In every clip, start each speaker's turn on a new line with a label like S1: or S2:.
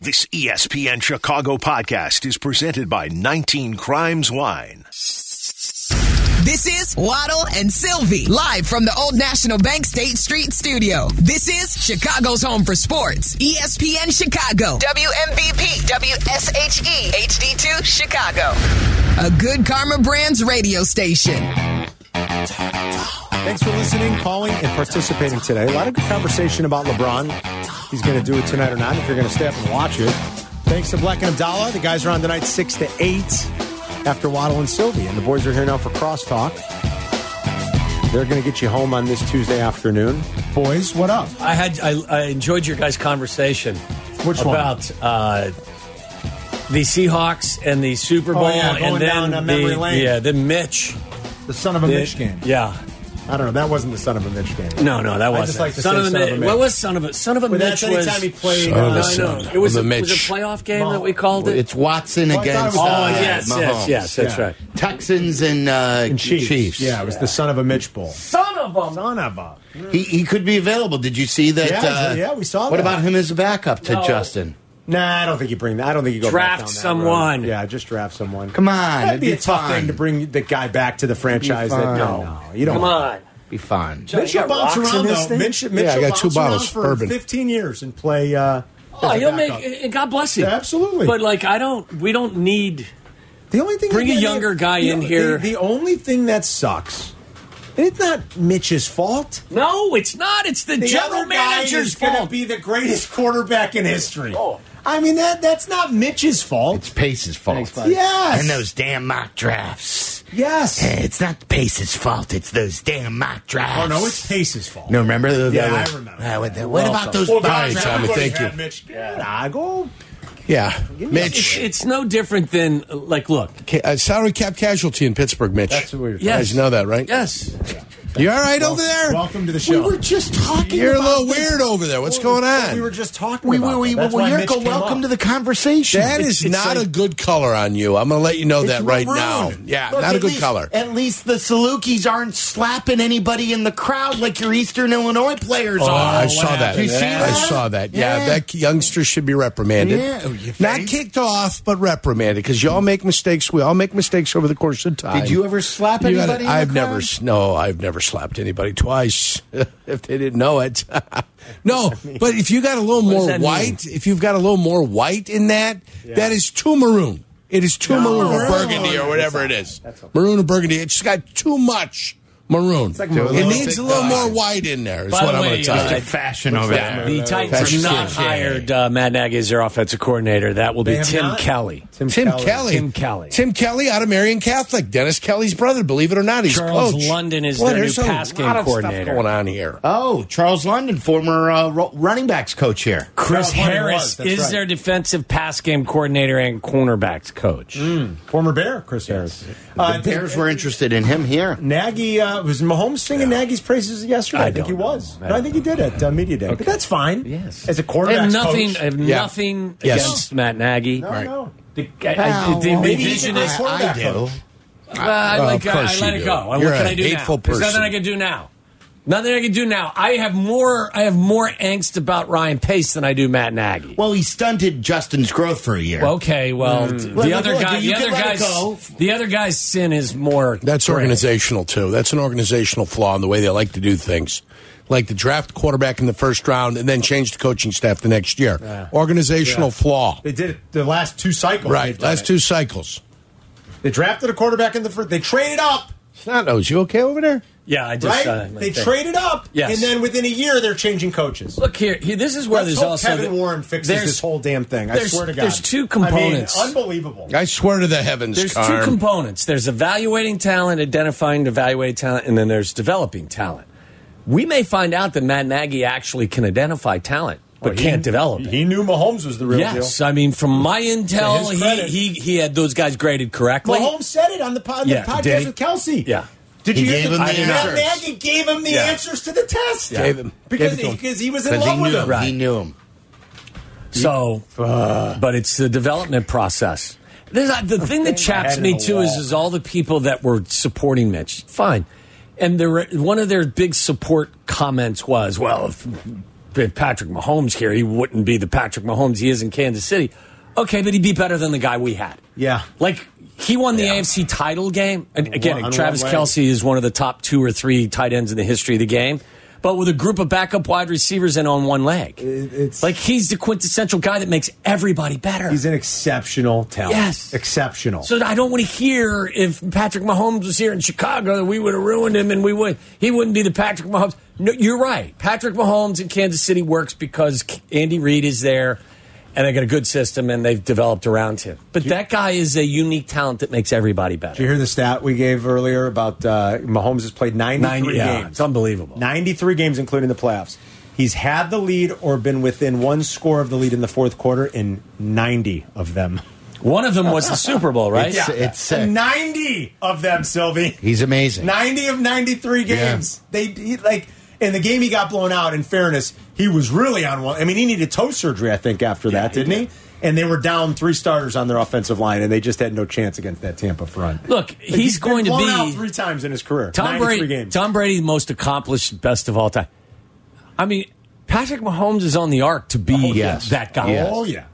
S1: This E ESPN Chicago podcast is presented by 19 Crimes Wine.
S2: This is Waddle and Sylvie, live from the Old National Bank State Street Studio. This is Chicago's home for sports. E ESPN Chicago. WMVP, WSHE, HD2, Chicago. A good Karma Brands radio station.
S3: Thanks for listening, calling, and participating today. A lot of good conversation about LeBron. He's going to do it tonight or not, if you're going to stay up and watch it. Thanks to Black and Abdallah. The guys are on tonight 6 to 8 after Waddle and Sylvie. And the boys are here now for crosstalk. They're going to get you home on this Tuesday afternoon. Boys, what up?
S4: I had I, I enjoyed your guys' conversation.
S3: Which one?
S4: about uh, the Seahawks and the Super Bowl,
S3: Oh, yeah, going
S4: and then
S3: down, uh, memory
S4: the,
S3: lane.
S4: yeah, then Mitch.
S5: The son of a
S4: The-
S5: bitch game.
S4: Yeah.
S3: I don't know. That wasn't the son of a Mitch game.
S4: No, no, that
S3: I
S4: wasn't.
S3: just like to
S4: son,
S3: say
S4: of a
S3: son of a
S4: Mitch.
S3: Mitch.
S4: What was son of a son of a
S3: But
S4: Mitch
S3: that's
S4: was?
S3: anytime he played.
S6: Son of a
S4: No,
S3: uh,
S4: I know. It was
S6: Son of
S4: a,
S6: a
S4: it was a
S6: Mitch.
S4: playoff game that we called it.
S6: It's Watson
S3: Well, I thought it
S6: against
S3: was-
S4: oh
S3: uh,
S4: yes, yes,
S6: Mahomes.
S4: yes. That's
S3: Yeah.
S4: right.
S6: Texans and, uh,
S3: Chiefs.
S6: Chiefs.
S3: Yeah, it was the son of a Mitch bowl.
S4: Son of a.
S3: Son of a.
S6: He, he could be available. Did you see that?
S3: Yeah,
S6: uh,
S3: yeah, we saw
S6: What
S3: that.
S6: about him as a backup to
S4: No.
S6: Justin?
S3: Nah, I don't think you bring that. I don't think you go back
S4: Draft
S3: down that
S4: someone.
S3: road. Yeah, just draft someone.
S6: Come on,
S3: that'd
S6: it'd
S3: be,
S6: be
S3: a tough
S6: fine.
S3: thing to bring the guy back to the franchise. That,
S6: fine.
S3: no, no, you don't.
S4: Come on.
S6: Be fine.
S3: Mitchell
S4: You got
S3: bounce
S4: rocks in
S3: around
S4: this
S3: though.
S4: thing?
S3: Mitchell,
S7: Yeah, I
S3: Mitchell
S7: got two
S3: bounce around
S7: bottles of
S3: for
S7: bourbon.
S3: Fifteen years and play. Uh,
S4: Oh,
S3: as a
S4: he'll
S3: backup.
S4: make. and God bless him.
S3: Yeah, absolutely.
S4: But like, I don't. We don't need.
S3: the only thing.
S4: bring a
S3: again,
S4: younger
S3: the-
S4: guy
S3: the-
S4: in
S3: the-
S4: here.
S3: The, only thing that sucks, and it's not Mitch's fault.
S4: No, it's not. It's the,
S3: The
S4: general
S3: other guy
S4: manager's
S3: is gonna
S4: fault. Oh.
S3: Be the greatest quarterback in history. I mean that. That's not Mitch's fault.
S6: It's Pace's fault.
S3: Yes.
S6: And those damn mock drafts.
S3: Yes.
S6: Eh, It's not Pace's fault. It's those damn mock
S3: Oh
S6: drafts.
S3: no, it's Pace's fault.
S6: No, remember? the-
S3: Yeah,
S6: the-
S3: I remember.
S6: uh, what the- what about those mock
S7: Tommy,
S6: drafts?
S7: thank you.
S3: Mitch. Yeah, go.
S7: Yeah,
S4: It's,
S7: Mitch.
S4: it's no different than uh, like. Look,
S7: ca- uh, salary cap casualty in Pittsburgh, Mitch.
S3: That's what we were talking
S7: You
S4: Yes.
S7: guys know that, right?
S4: yes.
S7: You all right over there?
S3: Welcome to the
S6: We
S3: show.
S6: were just talking
S7: You're a
S6: about
S7: little
S6: this.
S7: weird over there. What's going on?
S3: We were just talking.
S6: We, we,
S3: about
S6: we,
S3: that. That's
S6: well,
S3: why
S6: Yurko,
S3: Mitch came
S6: welcome
S3: up.
S6: to the conversation.
S7: that
S6: It's-
S7: is
S6: it's
S7: not
S6: like-
S7: a good color on you. I'm going to let you know
S6: It's
S7: that right
S6: maroon.
S7: now. Yeah,
S6: Look,
S7: not a
S6: at
S7: good
S6: least-
S7: color.
S6: At least the Salukis aren't slapping anybody in the crowd like your Eastern Illinois players
S7: Oh,
S6: are.
S7: I saw that.
S6: You see
S7: I
S6: that?
S7: saw that. Yeah,
S6: Yeah.
S7: that youngster should be reprimanded.
S6: Yeah, oh, you
S7: Not
S6: think?
S7: kicked off, but reprimanded because you all make mistakes. We all make mistakes over the course of time.
S6: Did you ever slap
S7: You had-
S6: anybody? in the
S7: I've never.
S6: crowd?
S7: s- No, I've never slapped anybody twice. if they didn't know it, no. But if you got a little
S4: does
S7: more
S4: that
S7: white, if you've got a little more white in that, that is too maroon. It is too maroon or burgundy or whatever it is. Maroon or burgundy. It's got too much maroon. it
S6: maroon
S7: needs a
S6: thick
S7: little more
S6: thighs.
S7: white in there. Is
S4: By
S7: what
S4: the
S7: I'm going
S4: way,
S7: to tell
S4: uh,
S7: you.
S6: Fashion over
S7: Yeah.
S4: The Titans
S7: Fashion
S4: have not
S7: City.
S4: hired uh, Matt Nagy as their offensive coordinator. That will be
S3: They have
S4: Tim
S3: not?
S4: Kelly.
S3: Tim,
S7: Tim Kelly.
S4: Tim Kelly.
S7: Tim Kelly out of Marion Catholic. Dennis Kelly's brother, believe it or not. He's
S4: Charles
S7: coach.
S4: London is
S7: Boy,
S4: their new
S7: there's a
S4: pass game
S7: lot of stuff
S4: coordinator.
S7: going on here.
S6: Oh, Charles London, former uh, ro- running backs coach here.
S4: Chris
S3: Charles London
S4: Harris
S3: was, that's
S4: is
S3: right.
S4: their defensive pass game coordinator and cornerbacks coach.
S3: Former Bear, Chris Harris.
S6: The Bears were interested in him here.
S3: Nagy uh, was Mahomes singing Nagy's praises yesterday. I,
S4: I
S3: think he
S4: don't
S3: was.
S4: know. I
S3: No, I
S4: don't
S3: think he did at uh, media day, but that's fine.
S4: Yes.
S3: as a
S4: I
S3: quarterback,
S4: have nothing. I have
S7: Yeah.
S4: nothing
S7: Yes.
S4: against Matt Nagy.
S3: no, no.
S4: The, I, I, the
S3: maybe
S4: revisionist-
S3: he did.
S6: I, I do.
S4: Uh, I,
S7: Well,
S4: like,
S7: of
S4: I, I
S7: course
S4: let
S7: you
S4: it
S7: do.
S4: go. I-
S7: You're
S4: what can
S7: a
S4: I do now?
S7: hateful
S4: There's nothing
S7: person.
S4: I can do now. Nothing I can do now. I have more. I have more angst about Ryan Pace than I do Matt Nagy.
S6: Well, he stunted Justin's growth for a year.
S4: Okay, well, t-
S6: Look,
S4: the
S6: look,
S4: other
S6: look,
S4: guy,
S6: you
S4: the
S6: can
S4: other
S6: let it go.
S4: guy's, the other guy's sin is more.
S7: That's
S4: grave.
S7: organizational too. That's an organizational flaw in the way they like to do things. Like the draft quarterback in the first round and then change the coaching staff the next year. Organizational flaw.
S3: They did it the last two cycles.
S7: Right.
S3: They've done
S7: Last
S3: it.
S7: two cycles.
S3: They drafted a quarterback in the first. They traded up,
S7: Snot nose, you okay over there?
S4: Yeah, I
S3: right?
S4: just uh,
S3: they
S4: think-
S3: traded up,
S4: Yes.
S3: and then within a year they're changing coaches.
S4: Look here, here. This is where
S3: Let's
S4: there's
S3: hope
S4: also
S3: Kevin
S4: the-
S3: Warren fixes
S4: there's-
S3: this whole damn thing. I
S4: there's-
S3: swear to God,
S4: there's two components.
S3: I mean, unbelievable.
S7: I swear to the heavens,
S4: There's
S7: Carm.
S4: two components. There's evaluating talent, identifying, evaluating talent, and then there's developing talent. We may find out that Matt Nagy actually can identify talent, but
S3: Well, he-
S4: can't develop it.
S3: He knew Mahomes was the real deal.
S4: Yes, I mean, from my
S3: To
S4: intel,
S3: his credit.
S4: he, he he had those guys graded correctly.
S3: Mahomes said it on the, pod,
S4: Yeah,
S3: the
S4: did he?
S3: podcast with Kelsey.
S4: Yeah.
S3: Did
S6: He
S3: you
S6: gave him
S3: I
S6: the
S3: did not.
S6: answers.
S3: Nagy gave him the
S4: Yeah.
S3: answers to the test.
S7: Gave him-
S3: because
S7: gave it to
S3: he,
S7: him.
S3: because he was in
S6: Because he
S3: love with
S6: knew
S3: him.
S6: him. He knew him.
S4: So, but it's the development process. There's, uh, the thing that chaps
S3: in
S4: me
S3: the
S4: too is,
S3: wall.
S4: is all the people that were supporting Mitch. Fine, and their one of their big support comments was, "Well, if if Patrick Mahomes here, he wouldn't be the Patrick Mahomes he is in Kansas City. Okay, but he'd be better than the guy we had.
S3: Yeah.
S4: Like, he won the AFC title game. And again,
S3: One- on
S4: Travis
S3: one leg.
S4: Kelsey is one of the top two or three tight ends in the history of the game, but with a group of backup wide receivers and on one leg.
S3: it's-
S4: like, he's the quintessential guy that makes everybody better.
S3: He's an exceptional talent.
S4: Yes.
S3: Exceptional.
S4: So I don't want to hear if Patrick Mahomes was here in Chicago that we would have ruined him and we would he wouldn't be the Patrick Mahomes. No, you're right. Patrick Mahomes in Kansas City works because Andy Reid is there and they got a good system and they've developed around him. But that guy is a unique talent that makes everybody better.
S3: Did you hear the stat we gave earlier about uh, Mahomes has played 93
S4: Nine- yeah,
S3: games?
S4: it's unbelievable.
S3: 93 games, including the playoffs. He's had the lead or been within one score of the lead in the fourth quarter in 90 of them.
S4: One of them was the Super Bowl, right?
S6: It's- Yeah. it's sick.
S3: 90 of them, Sylvie.
S6: He's amazing.
S3: 90 of 93
S7: Yeah.
S3: games. They he, like in the game he got blown out in fairness, he was really on one. I mean, he needed toe surgery I think after that, didn't he? And they were down three starters on their offensive line and they just had no chance against that Tampa front.
S4: Look,
S3: Like,
S4: he's,
S3: been
S4: going to
S3: blown
S4: be
S3: out three times in his career.
S4: Tom
S3: 93
S4: Brady,
S3: games.
S4: Tom Brady, the most accomplished, best of all time. I mean, Patrick Mahomes is on the arc to be
S6: yes.
S4: that guy.
S6: Yes.
S3: Oh yeah.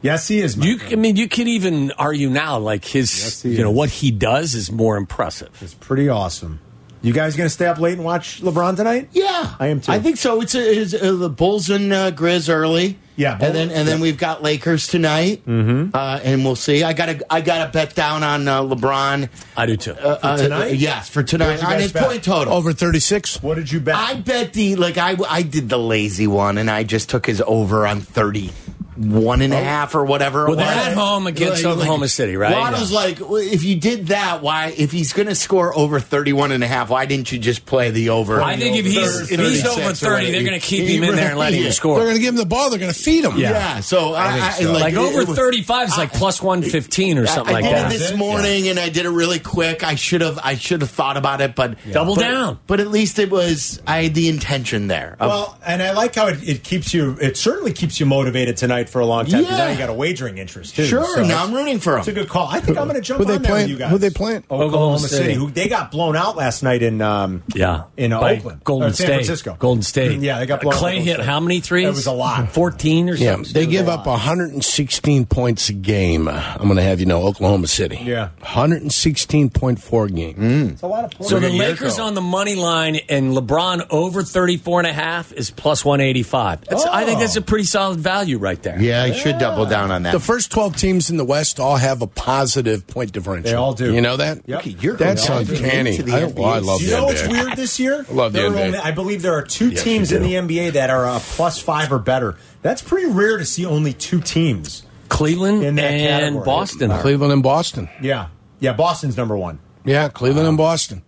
S3: Yes, he is. my
S4: You,
S3: friend.
S4: I mean, you could even argue now, like
S3: Yes,
S4: his,
S3: he
S4: you know,
S3: is.
S4: what he does is more impressive.
S3: It's pretty awesome. You guys going to stay up late and watch LeBron tonight?
S6: Yeah,
S3: I am too.
S6: I think so. It's, uh it's uh, the Bulls and uh, Grizz early.
S3: Yeah,
S6: and then
S3: Bulls,
S6: and then
S3: yeah.
S6: we've got Lakers tonight, mm-hmm. uh, and we'll see. I got to I got to bet down on uh, LeBron
S4: I do too.
S6: uh, uh,
S3: tonight?
S6: yes, for
S3: Where'd
S6: tonight
S3: you
S6: on
S3: guys
S6: his
S3: bet?
S6: point total.
S7: Over 36.
S3: What did you bet?
S6: I bet the like I I did the lazy one, and I just took his over on thirty one
S3: Oh.
S6: and a half or whatever. it
S4: Well, they're
S6: was.
S4: at home against Oklahoma City, right?
S6: Waddle's
S4: Yeah.
S6: like, well, if you did that, why? If he's going to score over 31 and a half, why didn't you just play the over?
S4: I think if he's if he's over thirty, they're going to keep
S6: He
S4: him in there and let
S6: really
S4: him
S6: is.
S7: They're
S4: score.
S7: going to give him the ball. They're going to feed him.
S6: Yeah. so I, I,
S7: think so.
S6: like,
S4: Like
S6: it-
S4: over
S6: it was-
S4: thirty five is like plus one fifteen or something
S6: I
S4: like
S6: did
S4: that.
S6: it this morning, and I did it really quick. I should have, I should have thought about it, but
S4: Double
S6: but-
S4: down.
S6: But at least it was, I had the intention there. of-
S3: Well, and I like how it, it keeps you. It certainly keeps you motivated tonight for a long time. 'cause Now
S6: Yeah.
S3: you got a wagering interest too.
S6: Sure,
S3: so
S6: now I'm rooting for 'em.
S3: It's a good call. I think I'm going to jump
S7: Who they
S3: on there
S7: playing?
S3: with you guys. Oh,
S7: Who they playing?
S3: Oklahoma,
S4: Oklahoma
S3: City.
S4: City.
S3: Who they got blown out last night in? Um,
S4: Yeah,
S3: in uh,
S4: By
S3: Oakland,
S4: Golden
S3: or San
S4: State,
S3: Francisco, Mm,
S4: Golden State.
S3: Yeah, they got blown. out by
S4: Clay
S3: Golden
S4: hit
S3: State.
S4: how many threes?
S3: It was a lot.
S4: Fourteen or
S7: Yeah,
S4: something.
S7: they give up 116 points a game. uh, I'm going to have you know, Oklahoma City.
S3: Yeah. Mm.
S7: 116.4 game.
S3: It's a lot of points.
S4: So the Lakers on the money line and LeBron over 34 and a half is plus 185. That's, I think that's a pretty solid value right there.
S6: yeah, I should double down on that.
S7: The first 12 teams in the West all have a positive point differential.
S3: They all do.
S7: You know that?
S3: Yep. Look at your-
S7: That's
S3: They all do.
S7: uncanny.
S6: Into the
S7: I, well, I
S6: NBA.
S7: love
S3: you
S7: the
S3: know what's
S7: NBA.
S3: weird this year?
S7: I love the
S3: There are
S7: NBA.
S3: only- I believe there are two
S7: Yes,
S3: teams
S7: you
S3: in
S7: do.
S3: the NBA that are uh, plus five or better. That's pretty rare to see only two teams.
S4: Cleveland
S3: In
S4: and
S3: that category.
S4: Boston.
S7: Cleveland and Boston.
S3: Yeah, yeah. Boston's number one.
S7: Yeah, Cleveland and Boston.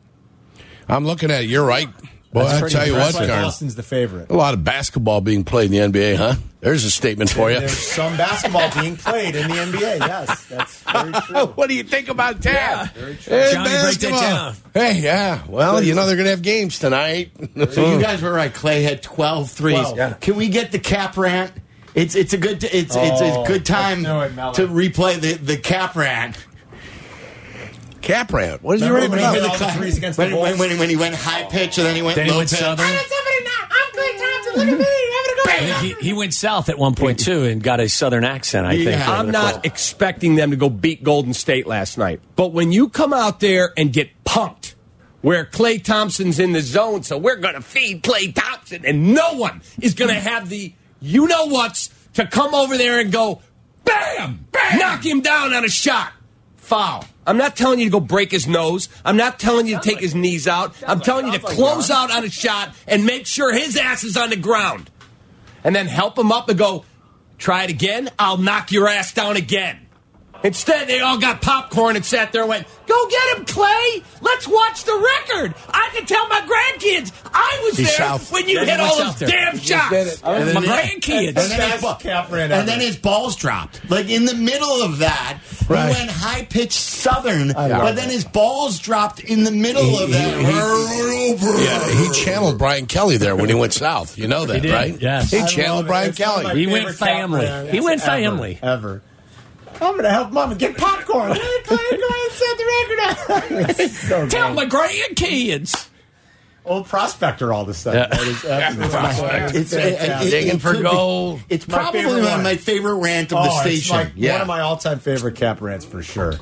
S7: I'm looking at it. You're right. Well,
S4: That's
S7: I
S4: pretty
S7: tell you what,
S3: That's why
S7: Karen,
S3: Boston's the favorite.
S7: a lot of basketball being played in the NBA, huh? There's a statement for you.
S3: There's some basketball being played in the NBA. Yes, that's very true.
S7: what do you think about that?
S4: Hey, Johnny, break that basketball. down.
S7: Hey, yeah. Well, you know they're going to have games tonight.
S6: So you guys were right. Clay had 12 threes.
S3: 12. Yeah.
S6: Can we get the cap rant? It's it's a good it's it's
S3: Oh,
S6: a good time
S3: let's do it, Mello.
S6: to replay the the cap rant.
S7: Cap rant. What is your
S3: Remember
S7: rant
S3: when he hit Oh, all
S6: The
S7: about?
S3: the
S6: clap-
S3: threes against
S6: when,
S3: the
S6: when,
S3: Bulls?
S6: when, when he went high pitch and then he went
S4: Then he
S6: low
S4: went
S6: pitch.
S4: southern.
S6: I did something now. I'm Clay Thompson. Look at me. I'm
S4: I
S6: gonna
S4: think He, he went south at one point too and got a southern accent. I think.
S6: Yeah.
S5: I'm not expecting them to go beat Golden State last night. But when you come out there and get pumped, where Clay Thompson's in the zone, so we're going to feed Clay Thompson, and no one is going to have the you know what's to come over there and go bam, bam, knock him down on a shot. Foul. I'm not telling you to go break his nose. I'm not telling you to take his knees out. I'm telling you to close out on a shot and make sure his ass is on the ground and then help him up and go, try it again. I'll knock your ass down again. Instead, they all got popcorn and sat there and went, Go get him, Clay. Let's watch the record. I can tell my grandkids I was
S7: He's
S5: there
S7: south.
S5: when you
S4: Yeah, he
S5: hit
S4: went
S5: all
S4: south
S5: those
S4: there.
S5: damn shots.
S4: And then
S5: my
S4: they-
S5: grandkids.
S3: And
S6: then
S3: Best
S6: his,
S3: cap rant ever.
S6: and then his balls dropped. Like in the middle of that,
S7: Right.
S6: he went high pitch southern,
S3: love
S6: but then his balls dropped in the middle of that.
S7: Yeah, he channeled Brian Kelly there when he went south. You know that,
S4: did,
S7: right?
S4: yes. I
S7: He
S4: love
S7: channeled Brian Kelly.
S4: He went family. He went family.
S3: Ever. I'm gonna help mom and get popcorn.
S6: Go ahead and set the record
S4: Tell my grandkids.
S3: Old prospector all of a sudden. That is absolutely
S6: Prospect.
S3: It's, fantastic.
S6: Digging
S7: for gold.
S6: It's
S3: My
S6: probably
S3: favorite
S6: my,
S3: one.
S6: my favorite rant of
S3: Oh,
S6: the
S3: it's
S6: station.
S3: like
S6: yeah.
S3: one of my all-time favorite cap rants for sure.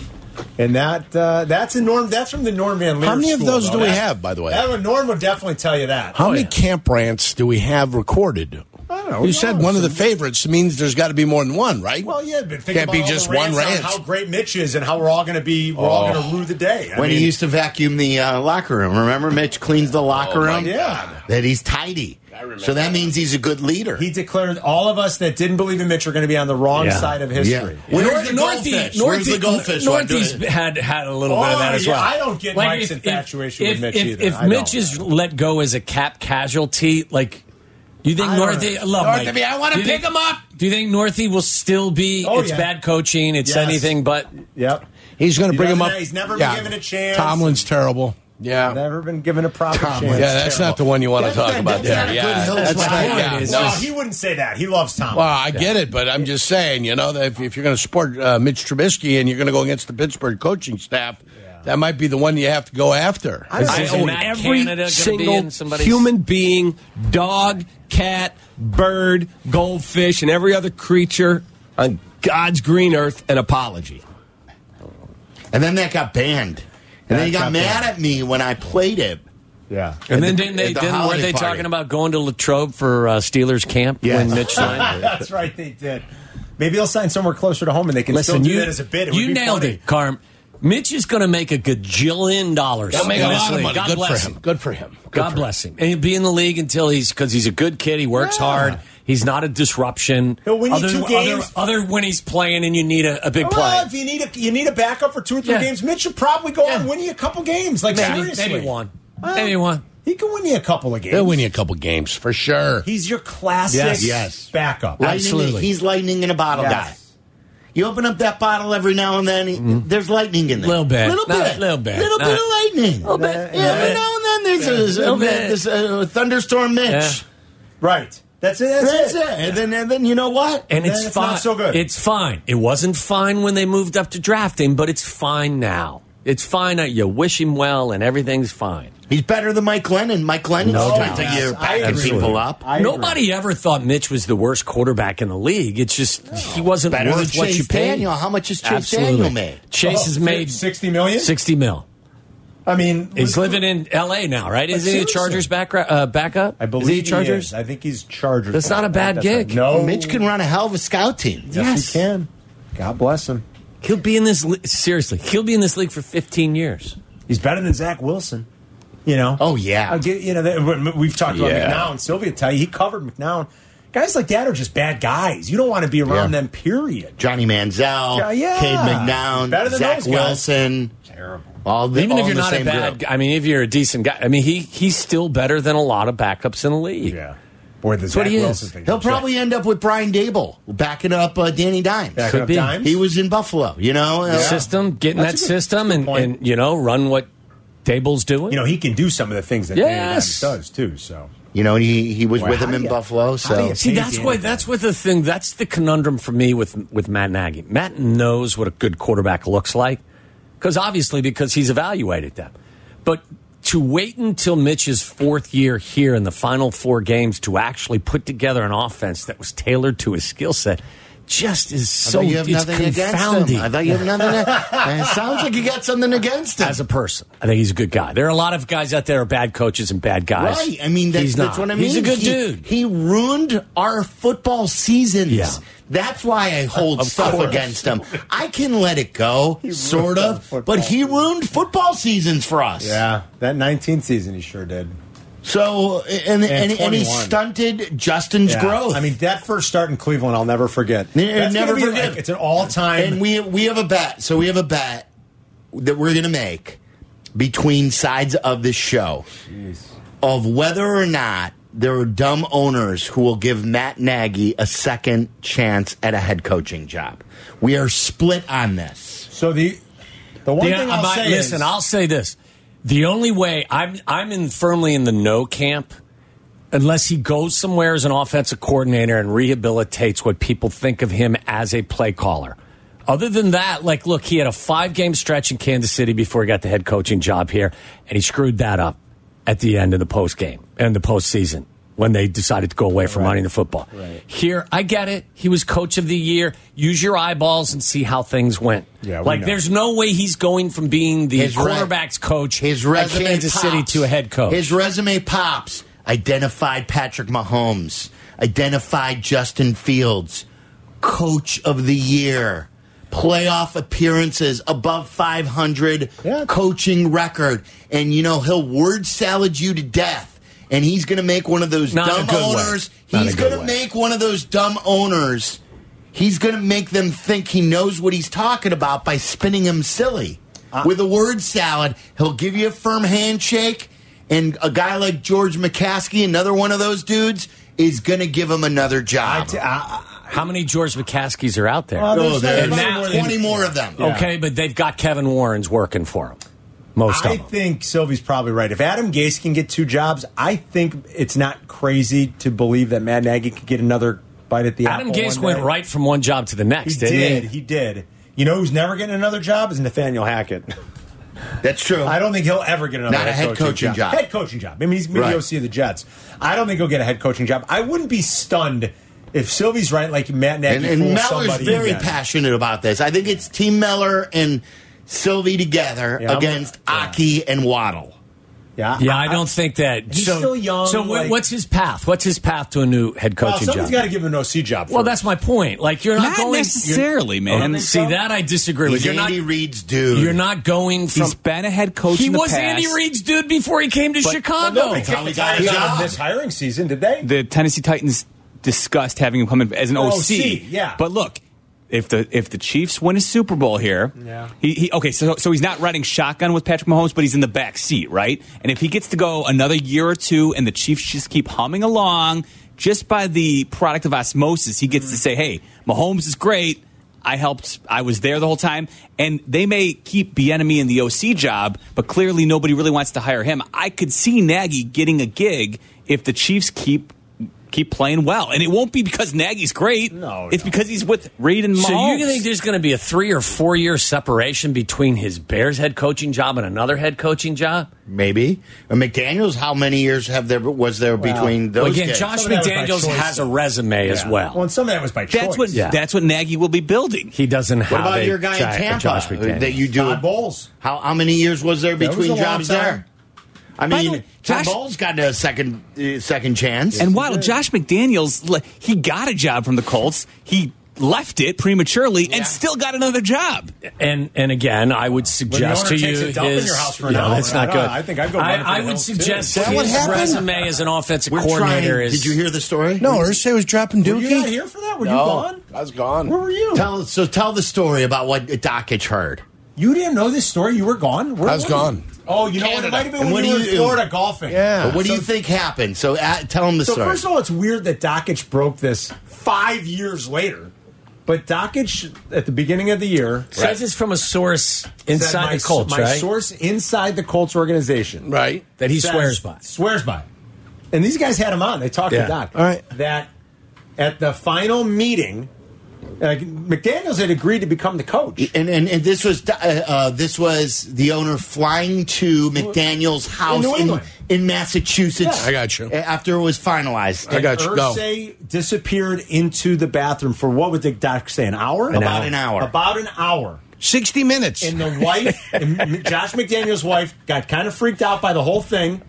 S3: And that uh, that's a norm. That's from the Norm Van. Leer
S7: How many of
S3: school,
S7: those
S3: though.
S7: do we
S3: That-
S7: have, by the way?
S3: That would- Norm would definitely tell you that.
S7: How many camp rants do we have recorded?
S3: Oh, I don't know.
S7: You said one of the favorites means there's got to be more than one, right?
S3: Well, yeah, but think
S7: can't
S3: about
S7: be
S3: all the
S7: just one
S3: rants
S7: rant. Oh.
S3: on How great Mitch is, and how we're all going to be. We're all going to rue the day. I
S6: when
S3: mean,
S6: he used to vacuum the uh, locker room. Remember, Mitch cleans the locker
S4: Oh
S6: room.
S3: God.
S6: that he's tidy. So that means he's a good leader.
S3: he declared all of us that didn't believe in Mitch are going to be on the wrong
S4: Yeah.
S3: side of history.
S6: Yeah. Where's the
S4: Northy-
S6: goldfish?
S4: Northy-
S6: Where's the goldfish? Why do
S4: Northy's
S6: it?
S4: had had a little
S3: Oh,
S4: bit of that as
S3: yeah,
S4: well.
S3: I don't get Mike's infatuation with
S4: if,
S3: Mitch
S4: if,
S3: either.
S4: If
S3: I
S4: Mitch
S3: don't.
S4: is let go as a cap casualty, like. Do you think
S3: I don't
S4: Northy?
S3: know.
S4: I love
S7: Northy,
S4: Mike.
S7: I wanna
S4: Do you
S7: pick
S4: think-
S7: him up.
S4: Do you think Northy will still be?
S3: Oh,
S4: it's
S3: yeah.
S4: bad coaching. It's
S3: Yes.
S4: anything but.
S3: Yep.
S7: He's going to
S3: He
S7: bring him
S3: doesn't-
S7: up.
S3: he's never been given a chance.
S7: Tomlin's terrible. Yeah.
S3: Never been given a proper chance.
S7: yeah, that's not the one you want to talk about
S3: that's
S7: there.
S3: not a
S7: Yeah,
S3: good
S7: that's
S3: Hill's
S7: not.
S3: line.
S7: Yeah,
S3: It's
S7: no.
S3: just- he wouldn't say that. He loves Tom.
S7: Well, I get it, but I'm just saying, you know, that if, if you're going to support uh, Mitch Trubisky and you're going to go against the Pittsburgh coaching staff, that might be the one you have to go after.
S4: I
S5: I
S4: owe
S5: own
S4: Matt
S5: every
S4: Canada gonna be in
S5: single
S4: somebody's-
S5: human being, dog, cat, bird, goldfish, and every other creature on God's green earth an apology.
S6: and then that got banned. And then he got mad at me when I played it.
S3: yeah.
S4: And then
S6: the-
S4: didn't they?
S6: at the
S4: didn't weren't
S6: holiday
S4: they
S6: party.
S4: talking about going to Latrobe for uh, Steelers camp
S6: Yes.
S4: when Mitch signed?
S3: That's right, they did. Maybe they'll sign somewhere closer to home, and they can still
S4: Listen,
S3: do
S4: you
S3: that as a bid. It
S4: you
S3: would be
S4: nailed
S3: funny.
S4: it, Carm. Mitch is going to make a gajillion dollars.
S7: He'll make a
S4: in this
S7: lot of
S4: league.
S7: money.
S4: God
S7: Good
S4: bless
S7: for him. Good for him. Good
S4: God
S7: for
S4: bless him. And he'll be in the league until he's because he's a good kid. He works hard. He's not a disruption.
S3: He'll win you two games.
S4: Other, other when he's playing and you need a, a big
S3: Well, if
S4: play.
S3: you need a you need a backup for two or three
S4: Yeah.
S3: games, Mitch should probably go out and
S4: Yeah.
S3: win you a couple games. Like
S4: Maybe,
S3: seriously,
S4: maybe one.
S3: Well,
S4: maybe one.
S3: He can win you a couple of games.
S7: They'll win you a couple games for sure.
S3: He's your classic
S7: Yes. Yes.
S3: backup.
S6: Lightning,
S7: Absolutely.
S6: He's lightning in a bottle
S3: Yes.
S6: guy. You open up that bottle every now and then, he- there's lightning in
S4: Mm-hmm.
S6: there.
S4: Little bit.
S6: Little
S4: Not-
S6: bit.
S4: little bit.
S6: Little
S4: Not-
S6: bit of lightning. Little
S4: bit.
S6: every now and then, there's a,
S4: Little
S6: a,
S4: bit.
S6: this, uh, thunderstorm Mitch.
S4: Yeah.
S3: Right. That's it. That's,
S6: That's
S3: it.
S6: it. And then, and then you know what?
S4: And it's,
S3: it's
S4: fine.
S3: not so good.
S4: It's fine. It wasn't fine when they moved up to drafting, but it's fine now. It's fine. now. You wish him well, and everyth's fine.
S6: He's better than Mike Lennon. Mike Lennon's
S3: No
S6: trying
S3: doubt.
S6: to
S3: Yes,
S6: get
S3: I
S6: packing
S3: agree.
S6: people up.
S3: I agree.
S4: Nobody ever thought Mitch was the worst quarterback in the league. It's just he wasn't
S6: Better than
S4: worth what you
S6: Chase
S4: paid.
S6: Daniel. How much has Chase
S4: Absolutely.
S6: Daniel made?
S4: Chase has
S3: Oh,
S4: made
S3: sixty million.
S4: sixty mil.
S3: I mean,
S4: He's living in L.A. now, right? Is he a
S3: seriously.
S4: Chargers back, uh, backup?
S3: I believe
S4: is he a
S3: is.
S4: Chargers.
S3: I think he's Chargers.
S4: That's not a bad
S3: That's right.
S4: gig.
S3: No,
S6: Mitch can run a hell of a scout team.
S3: Yes, he can. God bless him.
S4: He'll be in this li- seriously. He'll be in this league for fifteen years.
S3: He's better than Zach Wilson. You know.
S6: Oh, yeah.
S3: I get- you know that- we- we've talked about
S5: Yeah.
S3: McNown. Sylvia tell you he covered McNown. Guys like that are just bad guys. You don't want to be around
S6: Yeah.
S3: them. Period.
S6: Johnny Manziel,
S3: Yeah, yeah.
S6: Cade McNown,
S3: Better than
S6: Zach
S3: those guys.
S6: Wilson. Terrible. All the,
S4: Even
S6: all
S4: if
S6: in
S4: you're
S6: the
S4: not a
S6: same
S4: bad,
S6: group.
S4: guy, I mean, if you're a decent guy, I mean, he he's still better than a lot of backups in the league.
S3: Boy, the
S4: what
S3: Zach
S4: he is.
S3: Wilson thing.
S6: He'll probably end up with Brian Dable backing up uh, Danny Dimes.
S3: back
S4: could
S3: up
S4: be.
S3: dimes.
S6: He was in Buffalo, you know. uh,
S4: System, getting
S3: That's
S4: that
S3: a good-
S4: system,
S3: good
S4: and,
S3: point.
S4: and you know, run what Dable's doing.
S3: You know he can do some of the things that Danny Dimes
S4: Yes.
S3: does too. So
S6: You know, he he was
S3: Wow.
S6: with him
S3: How
S6: in
S3: do you- how
S6: Buffalo.
S3: do
S6: So
S3: you-
S4: See,
S3: Hey,
S4: that's
S3: Dan.
S4: why that's what the thing. That's the conundrum for me with with Matt Nagy. Matt knows what a good quarterback looks like because obviously because he's evaluated them. But to wait until Mitch's fourth year here in the final four games to actually put together an offense that was tailored to his skill set just is
S6: I
S4: so
S6: thought you have
S4: it's
S6: nothing against
S4: confounding
S6: him. I thought you have nothing. ag- it sounds like you got something against him.
S4: as a person. I think he's a good guy. There are a lot of guys out there who are bad coaches and bad guys.
S6: Right. I mean, that,
S4: he's
S6: that's
S4: not.
S6: what I mean.
S4: He's a good
S6: He-
S4: dude.
S6: He ruined our football seasons.
S4: Yeah.
S6: That's why I hold stuff against him. I can let it go, sort
S3: our
S6: of,
S3: football
S6: but he ruined football seasons for us.
S3: yeah, that 19 season he sure did.
S6: So, and, and, and, he
S3: 21.
S6: stunted Justin's
S3: Yeah.
S6: growth.
S3: I mean, that first start in Cleveland, I'll never forget.
S6: Yeah,
S3: That's
S6: never
S3: gonna be
S6: forget.
S3: like- it's an all-time.
S6: and we we have a bet. So we have a bet that we're going to make between sides of this show of whether or not there are dumb owners who will give Matt Nagy a second chance at a head coaching job. We are split on this.
S3: so the the one
S4: Yeah,
S3: thing I'll
S4: I might-
S3: say
S4: uh, listen,
S3: is,
S4: I'll say this: the only way I'm I'm in firmly in the no camp, unless he goes somewhere as an offensive coordinator and rehabilitates what people think of him as a play caller. Other than that, like, look, he had a five game stretch in Kansas City before he got the head coaching job here, and he screwed that up. at the end of the post game and the postseason when they decided to go away from running the football. Here, I get it. He was coach of the year. Use your eyeballs and see how things went.
S3: Yeah, we
S4: like
S3: know.
S4: there's no way he's going from being the
S6: His re-
S4: quarterback's coach
S6: His
S4: at
S6: resume
S4: Kansas City
S6: pops.
S4: to a head coach.
S6: His resume pops. Identified Patrick Mahomes. Identified Justin Fields. Coach of the year. Playoff appearances above 500.
S3: Yeah.
S6: Coaching record. And, you know, he'll word salad you to death. And he's going to make one of those
S4: Not in a
S6: dumb
S4: good way.
S6: owners.
S4: Not in
S6: He's
S4: a good
S6: going to
S4: way.
S6: make one of those dumb owners. He's going to make them think he knows what he's talking about by spinning him silly.
S3: Uh.
S6: With a word salad, he'll give you a firm handshake, and a guy like George McCaskey, another one of those dudes, is going to give him another job.
S4: how many George McCaskies are out there?
S3: Well,
S6: oh,
S3: there's
S6: there's
S4: And now-
S6: 20 more of them.
S4: Okay, but they've got Kevin Warren's working for him.
S6: Oh,
S4: Most
S3: I
S4: of them.
S3: think Sylvie's probably right. If Adam Gase can get two jobs, I think it's not crazy to believe that Matt Nagy could get another bite at the
S4: Adam
S3: apple.
S4: Gase
S3: one
S4: went
S3: day.
S4: right from one job to the next,
S3: He
S4: didn't
S3: did.
S4: he?
S3: He did. You know who's never getting another job is Nathaniel Hackett.
S6: That's true.
S3: I don't think he'll ever get another
S6: Not a head coaching job.
S3: Head coaching job. I mean, he's maybe
S6: Right.
S3: OC of the Jets. I don't think he'll get a head coaching job. I wouldn't be stunned if Sylvie's right, like Matt Nagy
S6: and and
S3: fools
S6: Meller's
S3: somebody
S6: very
S3: again.
S6: passionate about this. I think it's Team Meller and Sylvie together
S3: Yeah, I'm-
S6: against Aki and Waddle.
S3: Yeah,
S4: Yeah, I don't think that.
S3: He's
S4: so,
S3: still young,
S4: So, what-
S3: like-
S4: what's his path? What's his path to a new head
S3: Well,
S4: coaching
S3: somebody's
S4: job?
S3: got to give him an OC job.
S4: well,
S3: first.
S4: that's my point. Like, you're not,
S8: Not
S4: going
S8: necessarily,
S4: you're-
S8: man.
S4: Oh, See, that I disagree with.
S6: He's
S4: You're not.
S6: Andy Reid's dude.
S4: You're not going from.
S8: He's been a head coach
S4: He
S8: in the
S4: was
S8: past.
S4: Andy Reid's dude before he came to Chicago.
S3: Nobody took
S6: How
S3: the
S6: he got a
S3: Titans out
S6: job.
S3: of this hiring season, did they?
S8: The Tennessee Titans discussed having him come in as an OC.
S3: OC, Oh, yeah.
S8: But look, if the if the Chiefs win a Super Bowl here,
S3: Yeah.
S8: he, he okay, so so he's not riding shotgun with Patrick Mahomes, but he's in the back seat, right? And if he gets to go another year or two and the Chiefs just keep humming along, just by the product of osmosis, he gets to say, Hey, Mahomes is great. I helped. I was there the whole time, and they may keep Bienemy in the OC job, but clearly nobody really wants to hire him. I could see Nagy getting a gig if the Chiefs keep keep playing well, and it won't be because Nagy's great.
S3: No,
S8: it's
S3: no.
S8: because he's with Reed and Mahomes.
S4: So you think there's going to be a three or four year separation between his Bears head coaching job and another head coaching job?
S6: Maybe. And McDaniels, how many years have there was there between those?
S4: Well, again,
S6: guys?
S4: Josh
S3: Some of that was by
S4: McDaniels
S3: choice,
S4: has a
S3: though.
S4: resume as
S3: Yeah.
S4: well.
S3: Well, and some of that was by
S8: that's
S3: choice.
S8: what
S4: Yeah.
S8: that's what Nagy will be building.
S4: He doesn't have.
S6: What about
S4: a
S6: your guy in
S4: giant- a
S6: Tampa
S4: Josh McDaniels.
S6: that you do?
S3: Todd Bowles.
S6: How how many years was there
S3: That was
S6: between
S3: a long
S6: jobs
S3: time.
S6: there? I
S8: By the
S6: mean,
S8: way,
S6: Todd
S8: Josh-
S6: Bowles got a second uh, second chance.
S8: And while Josh McDaniels, le- he got a job from the Colts, he left it prematurely and still got another job.
S4: And and again, I would suggest
S3: owner
S4: to
S3: takes
S4: you
S3: a dump in
S4: his,
S3: your house for an
S4: no,
S3: hour,
S4: that's not
S3: I
S4: good.
S3: don't know. I think I'd go run for
S4: I, I
S3: the
S4: would
S3: hills, too.
S4: suggest
S7: Is that what
S4: his
S7: happened?
S4: resume as an offensive
S6: We're
S4: coordinator
S6: trying.
S4: is.
S6: Did you hear the story?
S7: No, Ursay was dropping
S3: Were you not
S7: Dookie.
S3: here for that? Were
S7: No,
S3: you gone?
S7: I was gone.
S3: Where were you?
S6: Tell so tell the story about what Dockich heard.
S3: you didn't know this story. You were gone. Where
S7: I was
S3: were you?
S7: gone.
S3: Oh, you know what? It
S6: Canada.
S3: might have been
S6: And
S3: when you
S6: what do
S3: were in
S6: you-
S3: Florida golfing.
S7: Yeah. Oh,
S6: But what do you think happened? So uh, tell him the
S3: So
S6: story.
S3: first of all, it's weird that Dockich broke this five years later. But Dockich at the beginning of the year
S4: Says it's from a source
S3: said
S4: inside
S3: my,
S4: the Colts,
S3: my
S4: right?
S3: source inside the Colts organization.
S7: Right.
S4: that he
S3: says-
S4: swears by.
S3: Swears by. And these guys had him on. They talked
S4: Yeah.
S3: to Doc.
S7: All right.
S3: That at the final meeting, like McDaniels had agreed to become the coach.
S6: and, and and this was uh, uh, this was the owner flying to McDaniel's house
S3: New
S6: in,
S3: England.
S6: in Massachusetts.
S7: Yeah, I got you.
S6: After it was finalized,
S7: I got you. Go.
S3: Ursay disappeared into the bathroom for what would the doc say? An hour?
S6: About an hour.
S3: About an hour.
S7: 60 minutes.
S3: And the wife, and M- Josh McDaniel's wife, got kind of freaked out by the whole thing,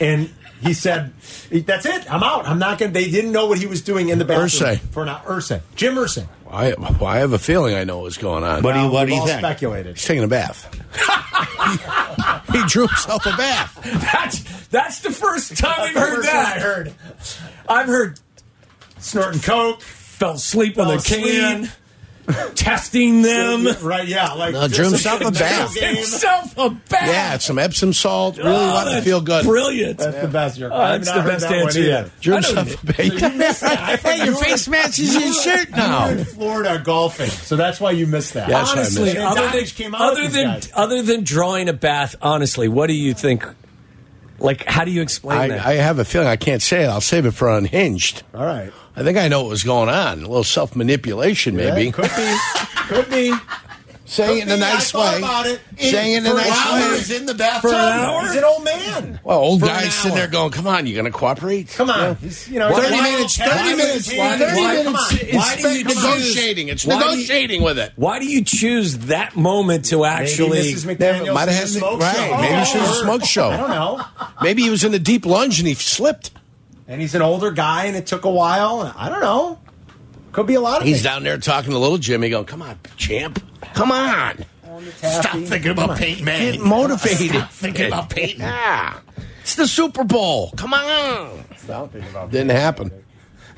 S3: and he said, "That's it. I'm out. I'm not going." to They didn't know what he was doing in the bathroom
S7: Irsay.
S3: for an hour. Ursay, Jim Ursay. Um,
S7: I, well, I have a feeling I know what's going on.
S6: What do you what
S3: We've
S6: do you
S3: all
S6: think?
S3: speculated.
S7: He's taking a bath. he drew himself a bath.
S4: That's that's the first time I've
S3: First I heard. I've heard snorting coke.
S4: Fell asleep on
S3: Fell
S4: the can, testing them.
S3: right? Yeah, like
S7: No, drew himself a
S3: video
S7: bath.
S3: game.
S4: Himself a bath.
S7: Yeah, some Epsom salt. Really
S4: Oh,
S7: wanting to
S4: that's
S7: feel good.
S4: Brilliant.
S3: That's the best. You're,
S4: Oh, that's the best answer yet.
S7: Drew
S4: I know you
S7: himself a bath.
S3: Hey,
S7: your face matches your shirt now.
S3: in Florida golfing, so that's why you missed that.
S7: That's what I
S4: honestly,
S7: missed.
S4: other than,
S3: Doncic came out
S4: other
S3: with these
S4: than
S3: guys.
S4: other than drawing a bath, honestly, what do you think? Like, how do you explain
S7: I,
S4: that?
S7: I have a feeling I can't say it. I'll save it for unhinged.
S3: All right.
S7: I think I know what was going on. A little self manipulation, maybe.
S3: Yeah, could be. Could be.
S7: saying it in a
S6: Me, I
S7: nice
S6: thought
S7: way.
S6: about it.
S7: Saying it in a
S6: for
S7: nice
S6: an hour,
S7: way.
S6: He's in the bathtub.
S7: For an hour?
S6: He's an old man.
S7: Well, old
S6: For an
S7: guy's sitting there
S6: hour.
S7: going, "Come on, you going to cooperate?"
S3: Come on. He's, you know,
S7: Why-
S3: 30
S7: why-
S3: minutes.
S7: why-
S3: 30 minutes.
S7: why-
S3: 30
S7: why-
S3: minutes.
S7: come on.
S3: Why
S7: Why
S3: do
S7: do you
S3: you choose-
S7: negotiating? It's
S4: why do you-
S7: negotiating with it.
S4: Why do you choose that moment to actually?
S3: Maybe Mrs. McDaniel's
S7: Might have
S3: in
S7: had
S3: the
S7: the-
S3: smoke
S7: right.
S3: show. Oh,
S7: Maybe she was a
S3: Or-
S7: smoke show.
S3: I don't know.
S7: Maybe he was in a deep lunge and he slipped.
S3: And he's an older guy, and it took a while. I don't know. Could be a lot of
S7: He's
S3: things.
S7: down there talking to little Jimmy, going, "Come on, champ, come on."
S6: Stop thinking about Peyton Manning.
S7: Get motivated.
S6: Stop thinking about Peyton.
S7: Yeah. It's the Super Bowl. Come on. Didn't happen.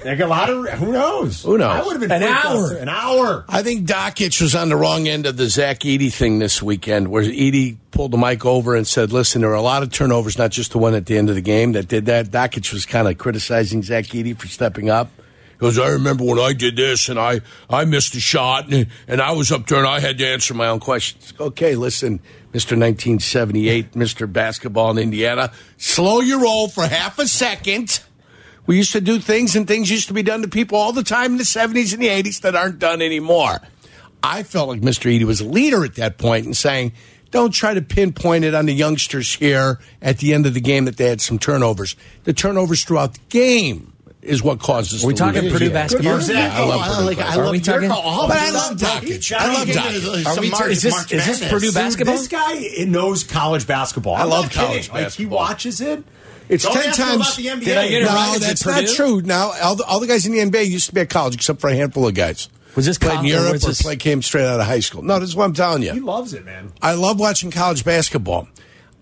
S3: Like a lot of who knows?
S7: Who
S3: I
S7: knows?
S3: would have been
S4: An
S3: freaked out,
S4: hour.
S3: too. An hour.
S7: I think Dockich was on the wrong end of the Zach Eady thing this weekend, where Eady pulled the mic over and said, "Listen, there were a lot of turnovers, not just the one at the end of the game that did that." Dockich was kind of criticizing Zach Eady for stepping up. He goes, "I remember when I did this, and I I missed a shot, and, and I was up there, and I had to answer my own questions." Okay, listen, Mister 1978, Mister Basketball in Indiana, slow your roll for half a second. We used to do things, and things used to be done to people all the time in the 70s and the 80s that aren't done anymore. I felt like Mr. Eady was a leader at that point in saying, don't try to pinpoint it on the youngsters here at the end of the game that they had some turnovers. The turnovers throughout the game is what causes.
S4: we
S7: the
S4: talking
S7: losing.
S4: Purdue
S7: Yeah.
S4: basketball?
S3: Good for Zach.
S7: I
S3: Oh,
S7: love
S3: I
S7: Purdue
S3: like- I
S7: basketball.
S3: love
S4: we
S3: your
S4: talking-
S3: call.
S6: Oh,
S7: But I
S3: You
S7: love Dockage. I love
S6: Give it
S7: Dockage.
S6: a-
S4: Are
S6: some
S4: we-
S6: March-
S4: is this-
S6: March
S4: is this
S6: Madness.
S4: Purdue
S3: Dude,
S4: basketball?
S3: This guy it knows college basketball. I
S7: love college
S3: Like he
S7: basketball.
S3: watches it.
S7: It's
S3: Don't
S7: 10
S3: ask him
S7: times.
S3: about the NBA.
S4: Did I get it
S7: no,
S4: right? Is it
S7: that's not
S4: Purdue?
S7: true. Now, all the, all the guys in the NBA used to be at college except for a handful of guys.
S4: Was this
S7: played in
S4: college or
S7: Europe
S4: was
S7: or
S4: this-
S7: play came straight out of high school? No, this is what I'm telling you.
S3: He loves it, man.
S7: I love watching college basketball.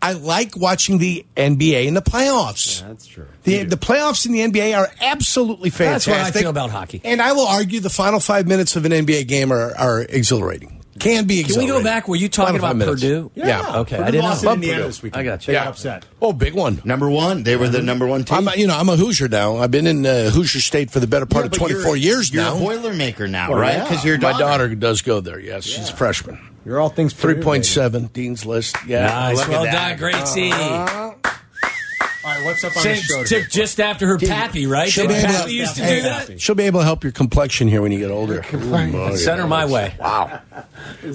S7: I like watching the NBA in the playoffs.
S3: that's true.
S7: The, the playoffs in the NBA are absolutely
S4: That's
S7: fantastic.
S4: what I feel about hockey.
S7: And I will argue the final five minutes of an NBA game are, are exhilarating. Can
S4: Can
S7: be
S4: we
S7: exhilarating.
S4: go back? Were you talking
S7: Final five
S4: about
S7: minutes.
S4: Purdue?
S7: Yeah.
S4: Okay, I
S3: Purdue
S4: didn't know.
S3: lost in
S4: Love
S3: Indiana
S4: Purdue.
S3: this weekend.
S4: I got
S3: They
S4: you.
S3: got upset.
S7: Oh, big one.
S6: Number one. They were the number one team.
S7: I'm, a- Uh-huh. you know, I'm a Hoosier now. I've been in uh, Hoosier State for the better part
S6: Yeah,
S7: of
S6: but
S7: 24
S6: you're-
S7: years
S6: you're
S7: now. Oh,
S6: a Boilermaker now, right? Because your
S7: My
S6: daughter,
S7: daughter does go there. Yes, she's a freshman.
S3: You're all things Purdue,
S7: Three point seven, Dean's list. Yeah,
S4: Nice.
S7: look
S4: Ah,
S7: at
S4: Well
S7: that.
S4: done. Great T.
S3: baby. All right, what's up on the show?
S4: Same-
S3: today?
S4: took just after her pappy, right?
S7: She'll
S4: Didn't
S7: be, able
S4: pappy used to
S7: hey,
S4: do that?
S7: she'll be able to help your complexion here when you get older.
S4: Send her my way.
S7: Wow.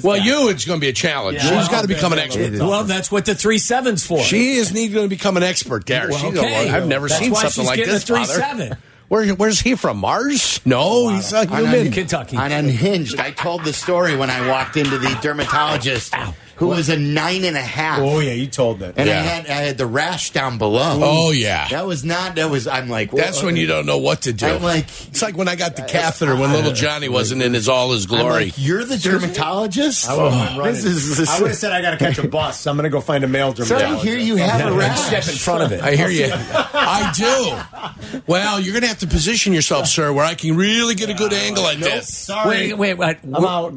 S7: Well, you, it's going to be a challenge. She's got to become an expert.
S4: Well, that's what the three sevens for.
S7: She is need going to become an expert there.
S4: Well,
S7: She's
S4: okay.
S7: a- I've never
S4: That's
S7: seen
S4: why
S7: something
S4: she's
S7: like
S4: getting
S7: this.
S4: a three
S7: father.
S4: seven. Oh,
S7: Where, where's he from? Mars? No, he's a
S6: On
S7: human.
S6: Un-
S4: Kentucky.
S6: On Unhinged, I told the story when I walked into the dermatologist who was a nine and a half.
S3: Oh yeah, you told that.
S6: And I
S7: Yeah.
S6: had I had the rash down below.
S7: Oh, yeah.
S6: That was not that was I'm like
S7: That's
S6: well,
S7: when you don't know what to do.
S6: I'm like-
S7: it's like when I got the catheter when little Johnny wasn't in his all his
S6: I'm
S7: glory.
S6: like, You're the dermatologist?
S3: I would
S7: Oh,
S3: have
S6: this is this
S3: I would have said I got to catch a bus. I'm going to go find a male
S6: So I
S3: dermatologist.
S6: hear you have a
S4: Step in
S6: rash.
S4: front of it.
S7: I hear you. I do. Well, you're going to have to position yourself, sir, where I can really get a good angle at this.
S3: Sorry,
S4: Wait, wait, wait.
S3: I'm out.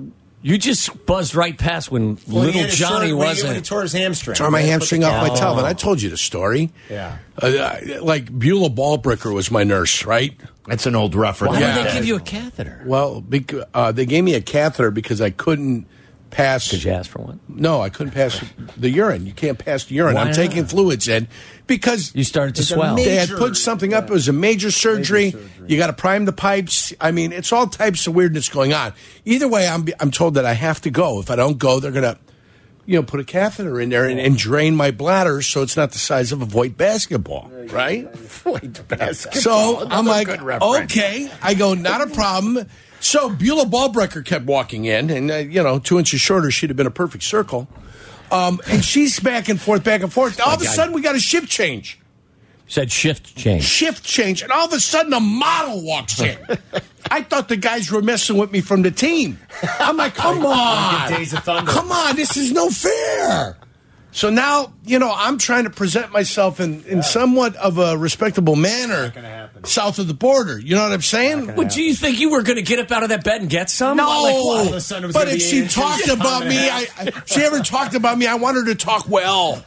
S4: You just buzzed right past
S3: When
S4: when
S3: he
S4: little
S3: had his
S4: Johnny
S3: surgery, when he
S4: wasn't.
S3: tore his hamstring.
S7: Tore my
S3: They put
S7: hamstring
S3: the
S7: off my
S3: cast-
S7: television. I told you the story.
S3: Yeah.
S7: Uh, I- like Beulah Ballbricker was my nurse, right?
S6: That's an old rougher.
S4: Why
S7: Yeah.
S4: would they give you a catheter?
S7: Well, bec- uh, they gave me a catheter because I couldn't pass.
S4: Did you ask for one?
S7: No, I couldn't pass the urine. You can't pass the urine.
S4: Why
S7: I'm
S4: not?
S7: taking fluids in because
S4: You started to
S7: It's a
S4: swell.
S7: They had
S3: Major-
S7: put something up. It was a major surgery. You got to prime the pipes. I mean, it's all types of weirdness going on. Either way, I'm I'm told that I have to go. If I don't go, they're gonna. You know, put a catheter in there and, and drain my bladder so it's not the size of a Voight basketball, right?
S6: Voight basketball.
S7: So I'm
S6: Another
S7: like,
S6: good reference.
S7: okay. I go, not a problem. So Beulah Ballbrecker kept walking in, and uh, you know, two inches shorter, she'd have been a perfect circle. Um, and she's back and forth, back and forth. All of a sudden, we got a shift change,
S4: Said shift change.
S7: shift change, and all of a sudden, a model walks in. I thought the guys were messing with me from the team. I'm like, come on,
S3: Days of Thunder.
S7: come on, this is no fair. So now, you know, I'm trying to present myself in, in somewhat of a respectable manner
S3: gonna happen.
S7: south of the border. You know what I'm saying?
S4: Well, do you think you were going to get up out of that bed and get some?
S7: No,
S4: Like,
S3: all of a sudden it was
S7: but
S3: gonna
S7: if
S3: be
S7: she
S3: eight
S7: talked
S3: inches,
S7: about
S3: pound and
S7: me,
S3: a
S7: I,
S3: half.
S7: I if she ever talked about me. I want her to talk well.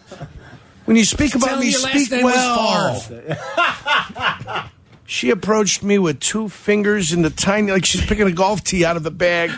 S7: When you speak about
S4: Tell
S7: me,
S4: me your last
S7: speak
S4: name was
S7: well. she approached me with two fingers in the tiny, like she's picking a golf tee out of the bag.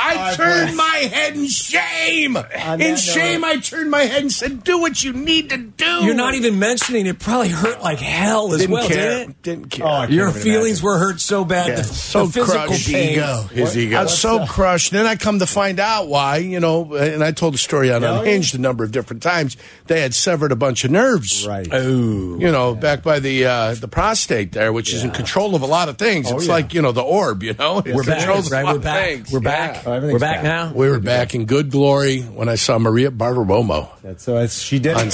S7: I turned my head in shame.
S3: On
S7: In
S3: that
S7: shame, I turned my head and said, "Do what you need to do."
S4: You're not even mentioning it. Probably hurt like hell as
S7: Didn't
S4: well,
S7: care.
S4: didn't it?
S7: Didn't care.
S3: Oh, I can't
S4: Your
S3: even
S4: feelings
S3: imagine.
S4: were hurt so bad. The,
S7: so
S4: the physical
S7: crushed
S4: pain.
S7: ego.
S6: His ego.
S7: I was so crushed. Then I come to find out why, you know, and I told the story on
S3: yeah.
S7: Unhinged a number of different times. They had severed a bunch of nerves.
S3: Right.
S7: Oh. You know, back by the uh, the prostate there, which is in control of a lot of things.
S3: Oh,
S7: it's
S3: yeah.
S7: like, you know, the orb, you know? It
S4: We're
S7: controls
S4: back, right?
S7: a lot
S4: We're
S7: of
S4: back.
S7: things.
S4: We're
S7: Yeah.
S4: back.
S3: Oh,
S4: We're
S3: everything's
S4: back
S3: back.
S4: now.
S7: We were back in good glory when I saw Maria Bartiromo
S3: That's, so that's, she did.
S7: on
S3: it.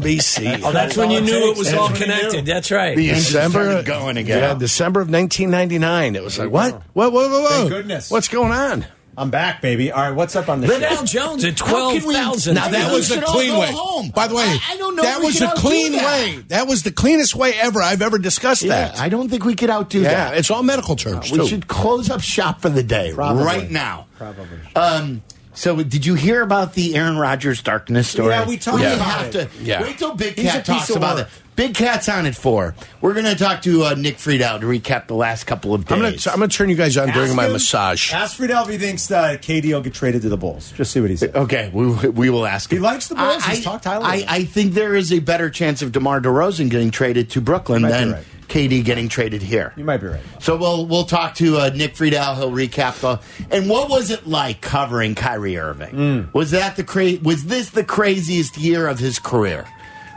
S7: CNBC.
S4: Oh, that's when you
S3: all it
S4: knew it
S3: takes.
S4: was
S3: That's
S4: all
S3: what you
S4: connected.
S3: do.
S4: That's right.
S6: The engine
S7: December
S6: started going again.
S7: Yeah, December of 1999. It was like, what? What? Whoa, whoa, whoa!
S3: Thank goodness.
S7: What's going on?
S3: I'm back, baby. All right, what's up on the show?
S4: Liddell Jones at twelve thousand.
S7: Now that was
S6: should
S7: a
S6: all
S7: clean
S6: go
S7: way.
S6: home.
S7: Oh, By the way,
S6: I- I don't know
S7: That
S6: if we
S7: was
S6: can
S7: a
S6: outdo
S7: clean
S6: that.
S7: way. That was the cleanest way ever I've ever discussed
S6: Yeah,
S7: that.
S6: I don't think we could outdo
S7: yeah,
S6: that.
S7: it's all medical terms
S6: we
S7: too.
S6: should close up shop for the day
S3: Probably.
S6: right now.
S3: Probably.
S6: Um, so, did you hear about the Aaron Rodgers darkness story?
S3: Yeah, we talked
S6: didn't
S3: about
S6: have
S3: it.
S6: To,
S7: Yeah.
S6: Wait till Big
S3: He's a
S6: Cat
S3: piece
S6: talks
S3: of
S6: about
S3: work.
S6: it. Big Cat's on at four. We're going to talk to uh, Nick Friedel to recap the last couple of days.
S7: I'm gonna I'm gonna turn you guys on during
S3: Ask
S7: my
S3: him-
S7: massage.
S3: Ask Friedel if he thinks that KD will get traded to the Bulls. Just see what he says.
S7: Oh.
S6: Okay, we, we will ask him.
S3: He likes the Bulls.
S6: I,
S3: He's talked highly
S6: I,
S3: of them.
S6: I think there is a better chance of DeMar DeRozan getting traded to Brooklyn
S3: might be
S6: than
S3: right.
S6: KD getting traded here.
S3: You might be right.
S6: So we'll we'll talk to uh, Nick Friedel. He'll recap the. And what was it like covering Kyrie Irving?
S3: Hmm.
S6: Was that the cra- Was this the craziest year of his career,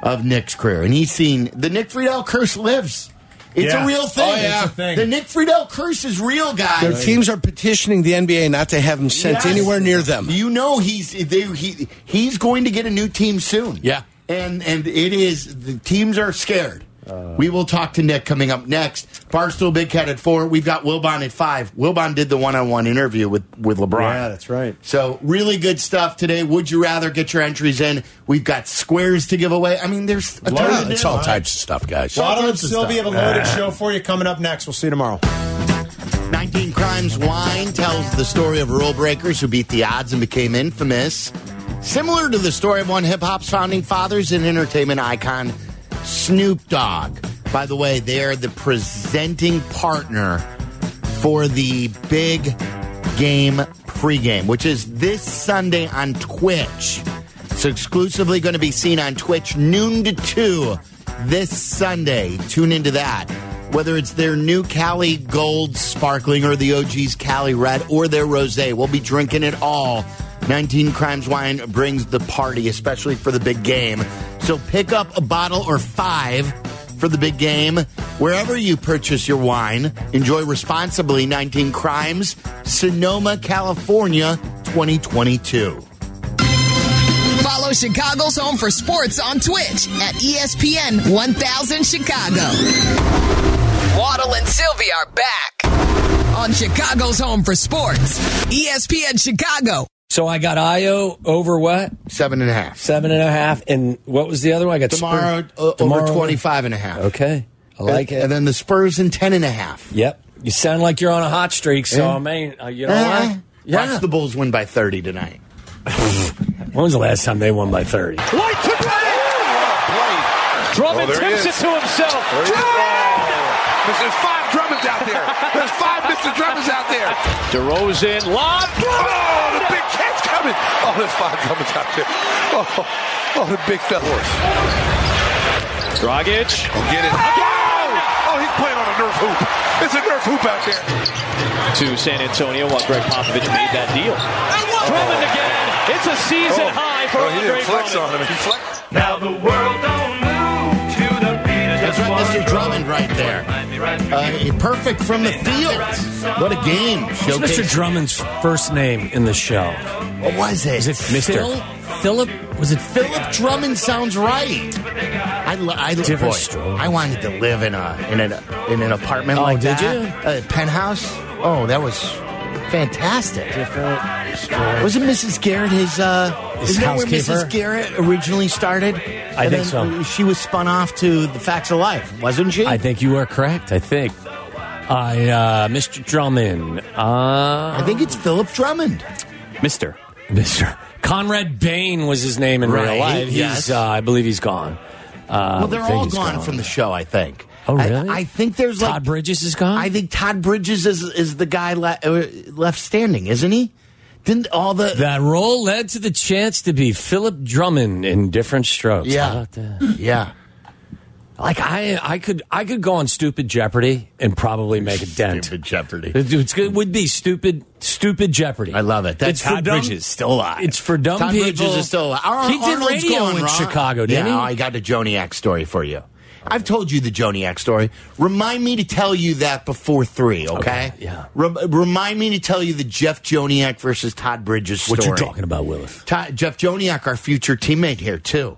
S6: of Nick's career? And he's seen the Nick Friedel curse lives. It's
S3: Yeah.
S6: a real thing.
S7: Oh, yeah.
S3: It's a thing.
S6: The Nick Friedel curse is real,
S7: Their
S6: guys.
S7: teams are petitioning the NBA not to have him sent
S6: Yes.
S7: anywhere near them.
S6: You know he's they, he he's going to get a new team soon.
S7: Yeah.
S6: and and it is the teams are scared.
S7: Uh.
S6: we will talk to Nick coming up next. Barstool Big Cat at four. We've got Wilbon at five. Wilbon did the one-on-one interview with with LeBron.
S3: Yeah, that's right.
S6: So really good stuff today. Would you rather get your entries in? We've got squares to give away. I mean, there's a ton
S7: Yeah,
S6: to
S7: it's
S6: do.
S7: all types of stuff, guys.
S3: Waddle and Sylvie have a loaded
S7: Ah.
S3: show for you coming up next. We'll see you tomorrow.
S6: 19 Crimes Wine tells the story of rule breakers who beat the odds and became infamous. Similar to the story of one hip hop's founding fathers and entertainment icon, Snoop Dogg. By the way, they are the presenting partner for the big game pregame, which is this Sunday on Twitch. It's exclusively going to be seen on Twitch noon to 2 this Sunday. Tune into that. Whether it's their new Cali Gold Sparkling or the OG's Cali Red or their Rose, we'll be drinking it all. 19 Crimes Wine brings the party, especially for the big game. So pick up a bottle or five for the big game. Wherever you purchase your wine, enjoy responsibly 19 Crimes, Sonoma, California, 2022.
S2: Follow Chicago's Home for Sports on Twitch at E ESPN 1000 Chicago. Waddle and Sylvie are back on Chicago's Home for Sports, E ESPN Chicago.
S4: So I got Io over what
S6: Seven and a half.
S4: seven and a half, and what was the other one? I got Spurs-
S6: Tomorrow, uh, over 25 and a half.
S4: Okay, I like
S6: and,
S4: it.
S6: And then the Spurs in 10 and a half.
S4: yep, you sound like you're on a hot streak. So
S6: Yeah.
S4: I mean, uh, you know
S6: Eh,
S4: what? Yeah.
S6: Watch the Bulls win by 30 tonight.
S4: when was the last time they won by thirty?
S9: Oh,
S10: Drummond tips it to himself.
S9: There's, there's five Drummonds out there. There's five Mr. Drummonds out there.
S10: DeRozan, lob.
S9: Oh, the big cat's coming. Oh, there's five Drummonds out there. Oh, oh the big fella.
S10: Dragic.
S9: Get it. Oh, he's playing on a Nerf hoop. It's a Nerf hoop out there.
S10: to San Antonio while Greg Popovich made that deal. Drummond again. It's a season high for
S9: oh, he
S10: Andre
S9: didn't flex
S10: Drummond.
S9: on him. He flexed.
S11: Now the world don't move to the beat of
S6: That's
S11: just
S6: right,
S11: one drum.
S6: Mr. Drummond right there.
S11: Might be right for you.
S6: Uh, perfect from the field. What a game.
S4: What's Mr.
S6: Showcase-
S4: Drummond's first name in the show?
S6: What was it?
S4: Is it Mr.?
S6: Phil?
S4: Philip? Was it Philip?
S6: Philip Drummond sounds right. I, lo- I lo-
S4: Different
S6: boy,
S4: strokes.
S6: I wanted to live in a in an in an apartment
S4: Oh,
S6: like
S4: did
S6: that. A penthouse. Oh, that was fantastic. Wasn't Mrs. Garrett his? uh
S4: His
S6: Isn't that where
S4: housekeeper?
S6: Mrs. Garrett originally started? I
S4: think so.
S6: She was spun off to the Facts of Life, wasn't she?
S4: I think you are correct. I think. I, uh, Mr. Drummond, uh,
S6: I think it's Philip Drummond.
S8: Mister.
S4: Mr. Conrad Bain was his name in real
S6: Right,
S4: life.
S6: yes.
S4: He's, uh, I believe he's gone. Uh,
S6: well, they're
S4: I think
S6: all
S4: he's
S6: gone, from the show. I think.
S4: Oh,
S6: I-
S4: really?
S6: I, think there's like
S4: Todd Bridges is gone?
S6: I think Todd Bridges is is the guy le- uh, left standing, isn't he? Didn't all the
S4: That role led to the chance to be Philip Drummond in different strokes. How
S6: yeah
S4: about that?
S6: yeah
S4: Like I, I could, I could go on Stupid Jeopardy and probably make a dent.
S6: Stupid Jeopardy.
S4: It's, it would be stupid, stupid Jeopardy.
S6: I love it.
S4: It's
S6: That's
S4: for
S6: Todd
S4: dumb-
S6: Bridges still alive.
S4: It's for dumb
S6: Todd
S4: people.
S6: Bridges is still alive. Ar-
S4: he did
S6: Arnold's
S4: radio
S6: going
S4: in
S6: wrong.
S4: Chicago, didn't
S6: yeah,
S4: he?
S6: I got the Joniak story for you. I've told you the Joniak story. Remind me to tell you that before three, okay?
S4: Okay, yeah.
S6: Rem- remind me to tell you the Jeff Joniak versus Todd Bridges story.
S4: what you talking about, Willis?
S6: Todd, Jeff Joniak, our future teammate here too.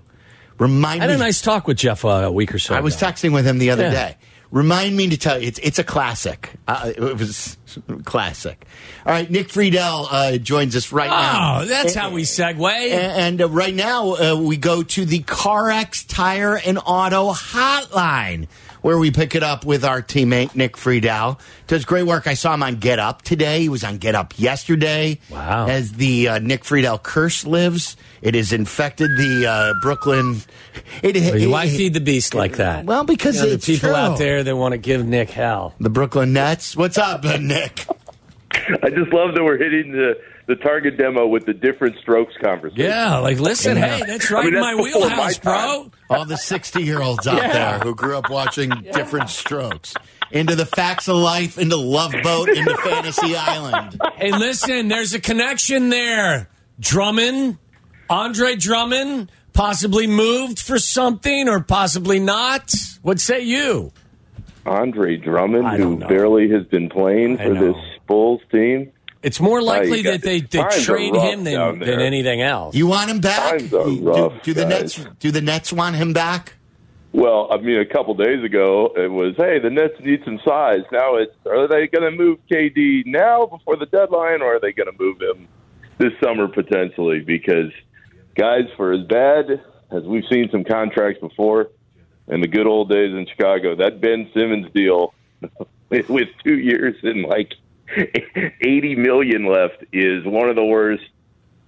S6: Remind
S4: I had
S6: me.
S4: a nice talk with Jeff uh, a week or so.
S6: I was
S4: ago.
S6: texting with him the other
S4: Yeah.
S6: day. Remind me to tell you, it's it's a classic. Uh, it was classic. All right, Nick Friedel uh, joins us right now.
S4: Oh, that's how we segue.
S6: And, and uh, right now, uh, we go to the CarX Tire and Auto Hotline, where we pick it up with our teammate Nick Friedel. Does great work. I saw him on Get Up today. He was on Get Up yesterday.
S4: Wow.
S6: As the uh, Nick Friedel curse lives, it has infected the uh, Brooklyn. It, it-
S4: Why feed the beast like that?
S6: eh, Well, because
S4: You know, the
S6: it's
S4: people
S6: true.
S4: out there that want to give Nick hell.
S6: the Brooklyn Nets. What's up, uh, Nick?
S12: I just love that we're hitting the, the target demo with the different strokes conversation.
S4: Yeah, like listen,
S6: Yeah.
S4: hey, that's right
S12: I mean,
S4: in
S12: that's
S4: my
S12: before my
S4: wheelhouse, bro.
S12: time.
S6: All the 60 year olds out there who grew up watching different strokes. Into the facts of life, into Love Boat, into Fantasy Island.
S4: Hey, listen, there's a connection there. Drummond, Andre Drummond, possibly moved for something or possibly not. What say you?
S12: Andre Drummond,
S4: I
S12: who
S4: don't know.
S12: barely has been playing
S4: I
S12: for
S4: know.
S12: this Bulls team.
S4: It's more likely
S12: got
S4: that they,
S12: the
S4: they
S12: times are
S4: trade
S12: rough
S4: him than,
S12: down there.
S4: than anything else.
S6: You want him back?
S12: Times are
S6: Do-
S12: rough,
S6: do, the
S12: guys.
S6: Nets do the Nets want him back?
S12: Well, I mean, a couple days ago it was, hey, the Nets need some size. Now it's, are they going to move KD now before the deadline, or are they going to move him this summer potentially? Because guys, for as bad as we've seen some contracts before in the good old days in Chicago, that Ben Simmons deal with with two years and like eighty million left is one of the worst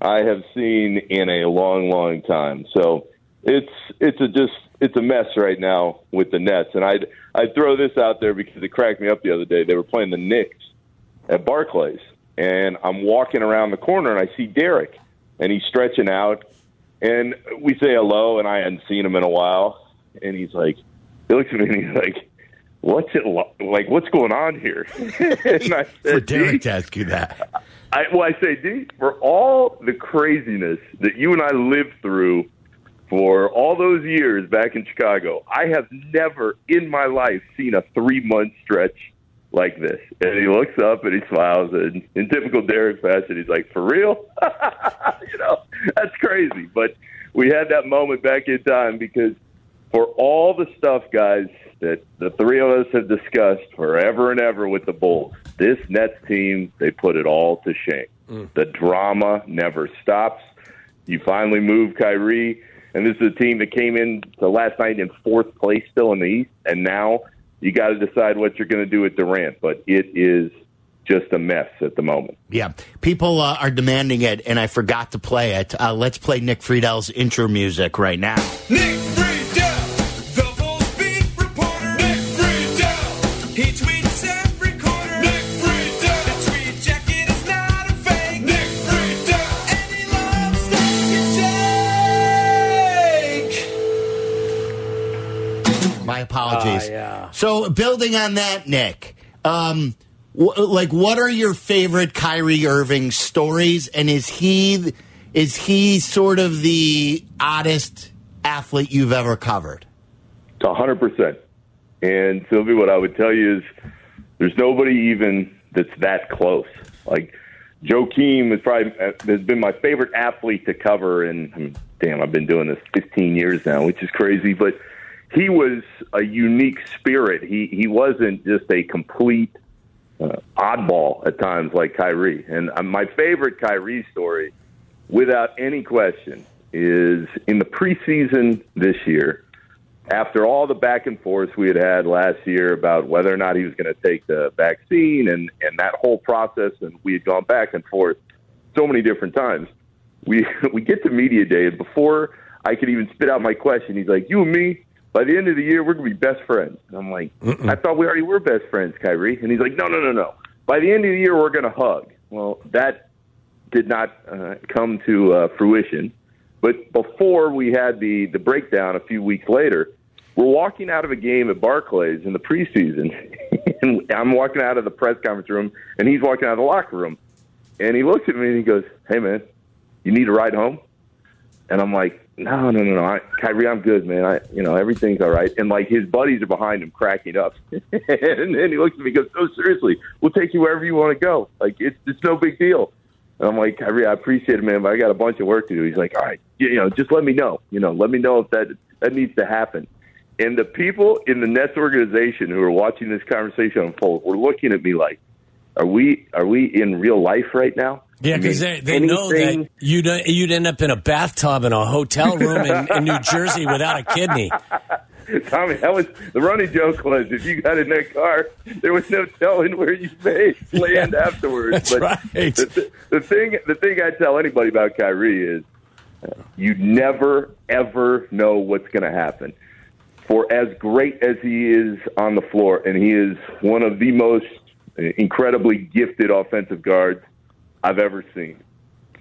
S12: I have seen in a long, long time. So it's it's a just it's a mess right now with the Nets, and I'd I'd throw this out there because it cracked me up the other day. They were playing the Knicks at Barclays, and I'm walking around the corner and I see Derek, and he's stretching out, and we say hello, and I hadn't seen him in a while, and he's like, he looks at me and he's like, "What's it lo- like? What's going on here?" and I
S6: For
S12: said, "D,
S6: Derek to ask you that.
S12: I, well, I say, D, for all the craziness that you and I lived through for all those years back in Chicago, I have never in my life seen a three month stretch like this. And he looks up and he smiles, and in typical Derek fashion, he's like, "For real? you know, that's crazy." But we had that moment back in time because for all the stuff, guys, that the three of us have discussed forever and ever with the Bulls, this Nets team, they put it all to shame. The drama never stops. You finally move Kyrie, and this is a team that came in to last night in fourth place, still in the East, and now you got to decide what you're going to do with Durant. But it is just a mess at the moment.
S6: Yeah. People uh, are demanding it, and I forgot to play it. Uh, let's play Nick Friedel's intro music right now.
S11: Nick Friedel, the Bulls beat reporter. Nick Friedel, he tweets every quarter. Nick Friedel, the tweet jacket is not a fake. Nick Friedel, and he loves steak and shake.
S6: My apologies.
S4: Ah, yeah.
S6: So, building on that, Nick, um, wh- like, what are your favorite Kyrie Irving stories? And is he is he sort of the oddest athlete you've ever covered?
S12: To 100%. And Sylvie, what I would tell you is there's nobody even that's that close. Like Joakim is probably uh, has been my favorite athlete to cover, and I mean, damn, I've been doing this 15 years now, which is crazy. But he was a unique spirit. He he wasn't just a complete uh, oddball at times like Kyrie. And uh, my favorite Kyrie story, without any question, is in the preseason this year after all the back and forth we had had last year about whether or not he was going to take the vaccine and, and that whole process, and we had gone back and forth so many different times, we we get to media day, and before I could even spit out my question, he's like, "You and me, by the end of the year, we're going to be best friends." And I'm like, "I thought we already were best friends, Kyrie," and he's like, "No, no, no, no. By the end of the year, we're going to hug." Well, that did not uh, come to uh, fruition. But before we had the, the breakdown a few weeks later, we're walking out of a game at Barclays in the preseason. and I'm walking out of the press conference room, and he's walking out of the locker room. And he looks at me and he goes, Hey, man, you need a ride home? And I'm like, no, no, no, no. I, Kyrie, I'm good, man. I, you know, everything's all right. And like his buddies are behind him, cracking up. and then he looks at me, and goes, "No, seriously, we'll take you wherever you want to go. Like it's it's no big deal." And I'm like, Kyrie, I appreciate it, man, but I got a bunch of work to do. He's like, "All right, you, you know, just let me know. You know, let me know if that that needs to happen." And the people in the Nets organization who are watching this conversation unfold were looking at me like, "Are we are we in real life right now?"
S4: Yeah,
S12: I
S4: because
S12: mean,
S4: they, they know
S12: anything-
S4: that you'd uh, you'd end up in a bathtub in a hotel room in, in New Jersey without a kidney.
S12: Tommy, that was the running joke was if you got in that car, there was no telling where you may land afterwards.
S11: that's
S12: but
S11: right.
S12: The, th- the thing, the thing I tell anybody about Kyrie is, uh, you never ever know what's going to happen. For as great as he is on the floor, and he is one of the most uh, incredibly gifted offensive guards I've ever seen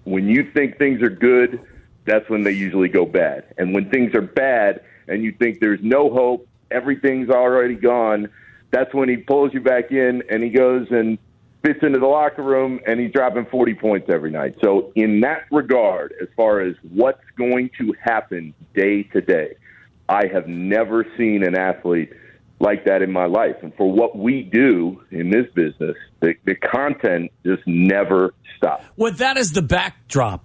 S12: when you think things are good, that's when they usually go bad. And when things are bad and you think there's no hope, everything's already gone, that's when he pulls you back in and he goes and fits into the locker room and he's dropping 40 points every night. So, in that regard, as far as what's going to happen day to day, I have never seen an athlete like that in my life. And for what we do in this business, the, the content just never stops.
S4: With that as the backdrop,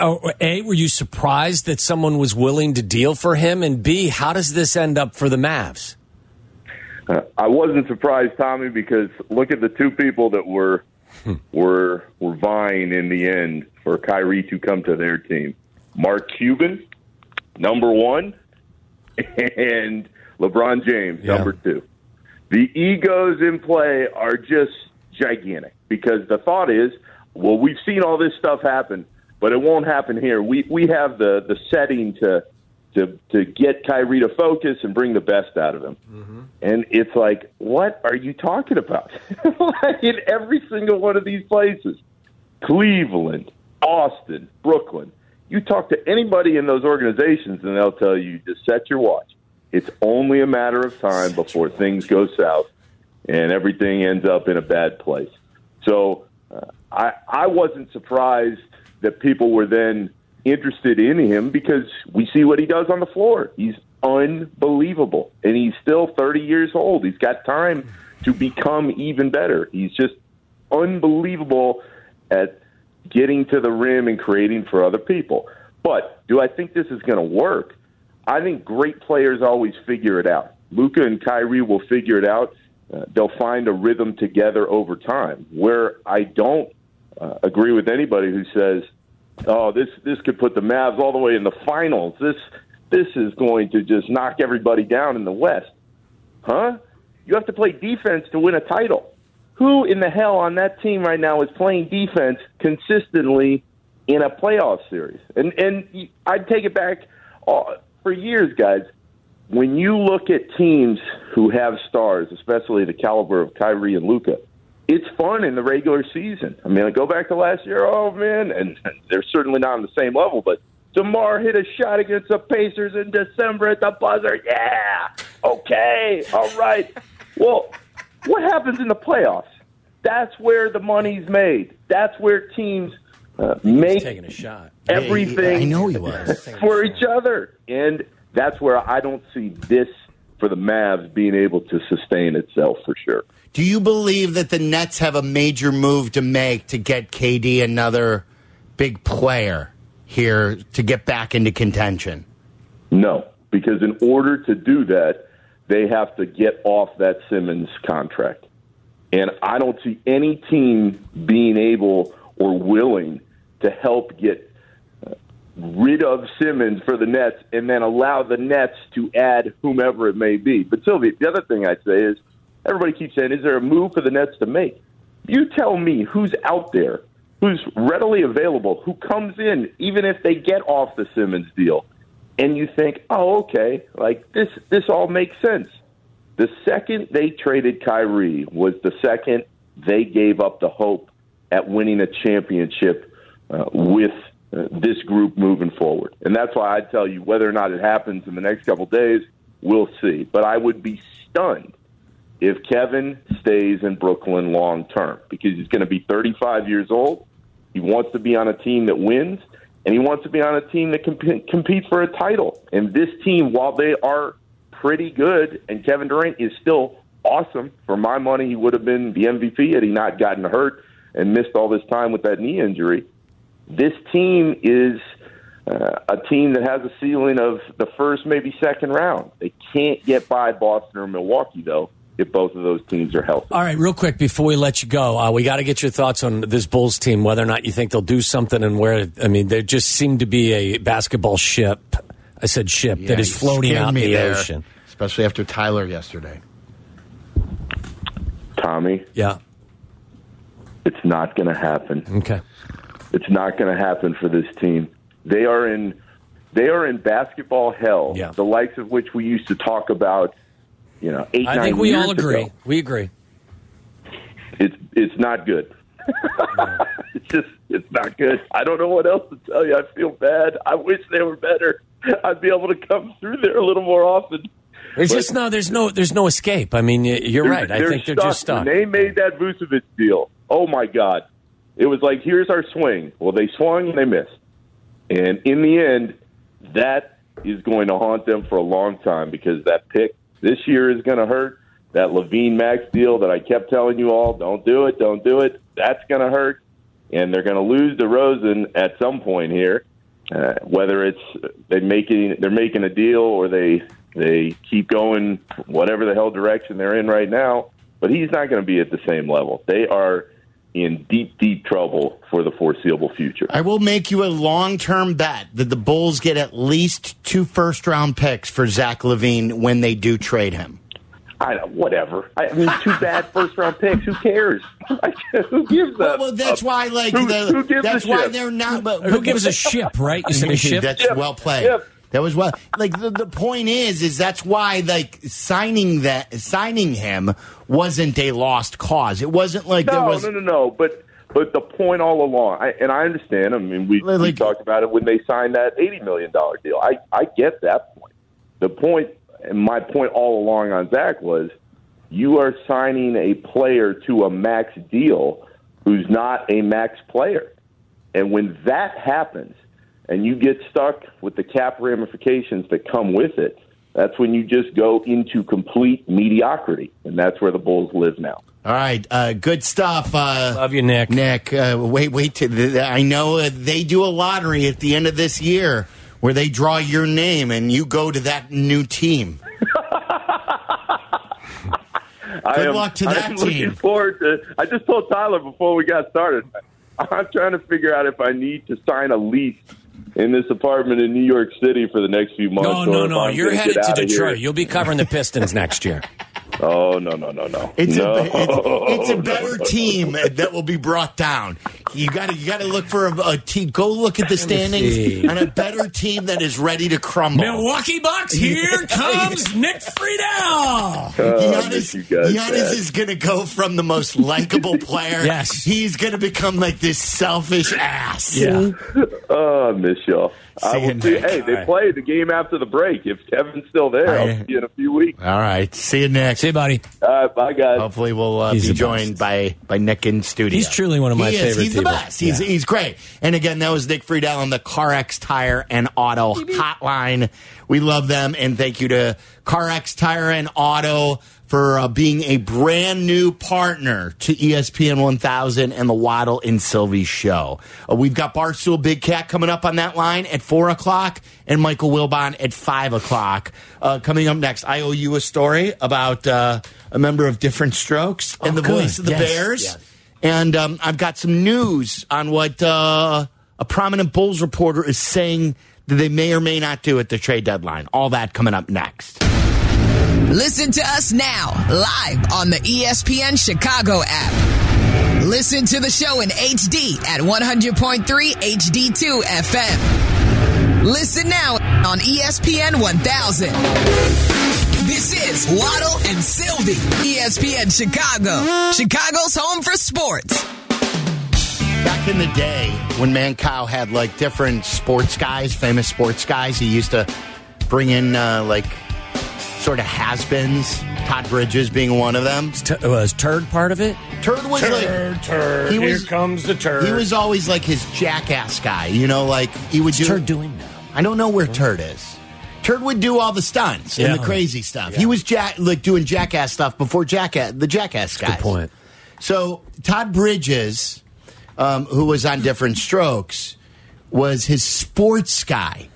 S4: uh, A, were you surprised that someone was willing to deal for him? And B, how does this end up for the Mavs?
S12: Uh, I wasn't surprised, Tommy, because look at the two people that were were were vying in the end for Kyrie to come to their team. Mark Cuban, number one, and LeBron James, number two. The egos in play are just gigantic because the thought is, well, we've seen all this stuff happen, but it won't happen here. We we have the the setting to to to get Kyrie to focus and bring the best out of him. And it's like, what are you talking about? like in every single one of these places Cleveland, Austin, Brooklyn. You talk to anybody in those organizations, and they'll tell you just set your watch. It's only a matter of time before things go south and everything ends up in a bad place. So uh, I, I wasn't surprised that people were then interested in him because we see what he does on the floor. He's unbelievable, and he's still 30 years old. He's got time to become even better. He's just unbelievable at getting to the rim and creating for other people. But do I think this is going to work? I think great players always figure it out. Luca and Kyrie will figure it out. Uh, they'll find a rhythm together over time. Where I don't uh, agree with anybody who says, "Oh, this this could put the Mavs all the way in the finals. This this is going to just knock everybody down in the West." Huh? You have to play defense to win a title. Who in the hell on that team right now is playing defense consistently in a playoff series? And and I'd take it back uh, for years, guys. When you look at teams who have stars, especially the caliber of Kyrie and Luca, it's fun in the regular season. I mean, I go back to last year. Oh man, and they're certainly not on the same level, but. Demar hit a shot against the Pacers in December at the buzzer. Yeah, okay, all right. Well, what happens in the playoffs? That's where the money's made. That's where teams uh, make
S4: taking a shot.
S12: everything
S6: I know he was.
S12: for each other. And that's where I don't see this for the Mavs being able to sustain itself for sure.
S6: Do you believe that the Nets have a major move to make to get KD another big player here to get back into contention?
S12: No, because in order to do that, they have to get off that Simmons contract. And I don't see any team being able or willing to help get uh, rid of Simmons for the Nets and then allow the Nets to add whomever it may be. But, Sylvia, the other thing I'd say is everybody keeps saying, is there a move for the Nets to make? You tell me who's out there, who's readily available, who comes in, even if they get off the Simmons deal, and you think, oh, okay, like this, this all makes sense. The second they traded Kyrie was the second they gave up the hope at winning a championship uh, with uh, this group moving forward. And that's why I tell you whether or not it happens in the next couple days, we'll see. But I would be stunned if Kevin stays in Brooklyn long term because he's going to be 35 years old. He wants to be on a team that wins, and he wants to be on a team that comp- competes for a title. And this team, while they are pretty good, and Kevin Durant is still awesome. For my money, he would have been the MVP had he not gotten hurt and missed all this time with that knee injury. This team is uh, a team that has a ceiling of the first, maybe second round. They can't get by Boston or Milwaukee, though, if both of those teams are healthy.
S4: All right, real quick before we let you go, uh, we got to get your thoughts on this Bulls team, whether or not you think they'll do something and where. I mean, there just seemed to be a basketball ship. I said ship that is
S13: you
S4: floating
S13: scared
S4: out in
S13: me
S4: the
S13: there,
S4: ocean.
S13: especially after Tyler yesterday.
S12: Tommy.
S4: Yeah.
S12: It's not going to happen.
S4: Okay.
S12: It's not going to happen for this team. They are in they are in basketball hell, the likes of which we used to talk about, you know, eight,
S4: I
S12: nine
S4: think we
S12: years
S4: all agree.
S12: ago.
S4: We agree.
S12: It's it's not good. it's just it's not good. I don't know what else to tell you. I feel bad. I wish they were better. I'd be able to come through there a little more often.
S4: There's
S12: But-
S4: just no. There's no. There's no escape. I mean, y- you're right. I think they're just stuck.
S12: When they made that Vucevic deal, oh my God. It was like, here's our swing. Well, they swung and they missed. And in the end, that is going to haunt them for a long time because that pick this year is going to hurt. That Levine Max deal that I kept telling you all, don't do it, don't do it, that's going to hurt. And they're going to lose DeRozan at some point here. Uh, whether it's they making they're making a deal or they they keep going whatever the hell direction they're in right now, but he's not going to be at the same level. They are in deep deep trouble for the foreseeable future.
S6: I will make you a long term bet that the Bulls get at least two first round picks for Zach Levine when they do trade him.
S12: I don't, whatever. I mean, two bad first round picks. Who cares? who gives a?
S6: Well, well that's why, like,
S12: Uh, who-
S6: the,
S12: who gives
S6: that's
S12: a
S6: why
S12: shit?
S6: they're not. But,
S12: Who gives a shit, right? You said a shit?
S6: That's
S12: Shit.
S6: well played.
S12: Shit.
S6: That was well. Like the, the point is, is that's why like signing that signing him wasn't a lost cause. It wasn't like there
S12: no,
S6: was
S12: no, no, no. But but the point all along, I, and I understand. I mean, we, we talked about it when they signed that eighty million dollar deal. I I get that point. The point, and my point all along on Zach was, you are signing a player to a max deal who's not a max player, and when that happens, and you get stuck with the cap ramifications that come with it. That's when you just go into complete mediocrity, and that's where the Bulls live now.
S6: All right, uh, good stuff. Uh,
S4: Love you, Nick.
S6: Nick, uh, wait, wait. To the, I know uh, they do a lottery at the end of this year where they draw your name and you go to that new team.
S12: I
S6: Good
S12: am,
S6: luck to that
S12: I'm
S6: team.
S12: looking forward to. I just told Tyler before we got started. I'm trying to figure out if I need to sign a lease in this apartment in New York City for the next few months.
S4: No,
S12: or
S4: no,
S12: if
S4: no.
S12: I'm
S4: You're
S12: gonna
S4: headed
S12: get
S4: to
S12: out of
S4: Detroit.
S12: here.
S4: You'll be covering the Pistons next year.
S12: Oh no, no, no, no.
S6: It's
S12: no.
S6: a it's, it's a better team that will be brought down. You got to you got to look for a, a team. Go look at the standings
S4: see.
S6: and a better team that is ready to crumble.
S4: Milwaukee Bucks. Here comes Nick Friedel.
S6: Giannis,
S12: Oh, you guys
S6: Giannis
S12: bad.
S6: is going to go from the most likable player.
S12: Yes.
S6: He's going to become like this selfish ass.
S12: oh, I miss y'all. I
S6: See you,
S12: will see.
S6: Nick.
S12: Hey,
S6: All
S12: they
S6: right.
S12: played the game after the break. If Kevin's still there, I'll see you in a few weeks.
S6: All right. See you, Nick. See
S4: you, buddy.
S12: All right, bye, guys.
S6: Hopefully, we'll uh,
S12: He's
S6: be
S12: the
S6: joined by, by Nick in studio.
S4: He's truly one of my
S6: He is.
S4: favorite
S6: He's the
S4: people.
S6: best. He's,
S4: Yeah.
S6: he's great. And again, that was Nick Friedel on the CarX Tire and Auto Hotline. We love them. And thank you to CarX Tire and Auto for uh, being a brand new partner to E ESPN 1000 and the Waddle and Sylvie show. Uh, we've got Barstool Big Cat coming up on that line at 4 o'clock and Michael Wilbon at 5 o'clock. Uh, coming up next, I owe you a story about uh, a member of Different Strokes and the
S13: Oh, good.
S6: voice of the
S13: Yes.
S6: Bears.
S13: Yes.
S6: And um, I've got some news on what uh, a prominent Bulls reporter is saying that they may or may not do at the trade deadline. All that coming up next.
S2: Listen to us now, live on the E ESPN Chicago app. Listen to the show in HD at 100.3 HD2 FM. Listen now on E ESPN 1000. This is Waddle and E Sylvie, ESPN Chicago, Chicago's home for sports.
S6: Back in the day when Mancow had like different sports guys, famous sports guys, he used to bring in uh, like sort of has-beens. Todd Bridges being one of them.
S4: was Turd part of it?
S6: Turd was
S5: Turd,
S6: like
S5: turd, here comes the turd.
S6: He was always like his jackass guy. You know, like he would do. Turd doing now? I don't know where Turd is. Turd would do all the stunts
S4: Yeah.
S6: and the crazy stuff. He was jack like doing jackass stuff before jackass the jackass guy. Good point. So Todd Bridges, um, who was on Different Strokes, was his sports guy,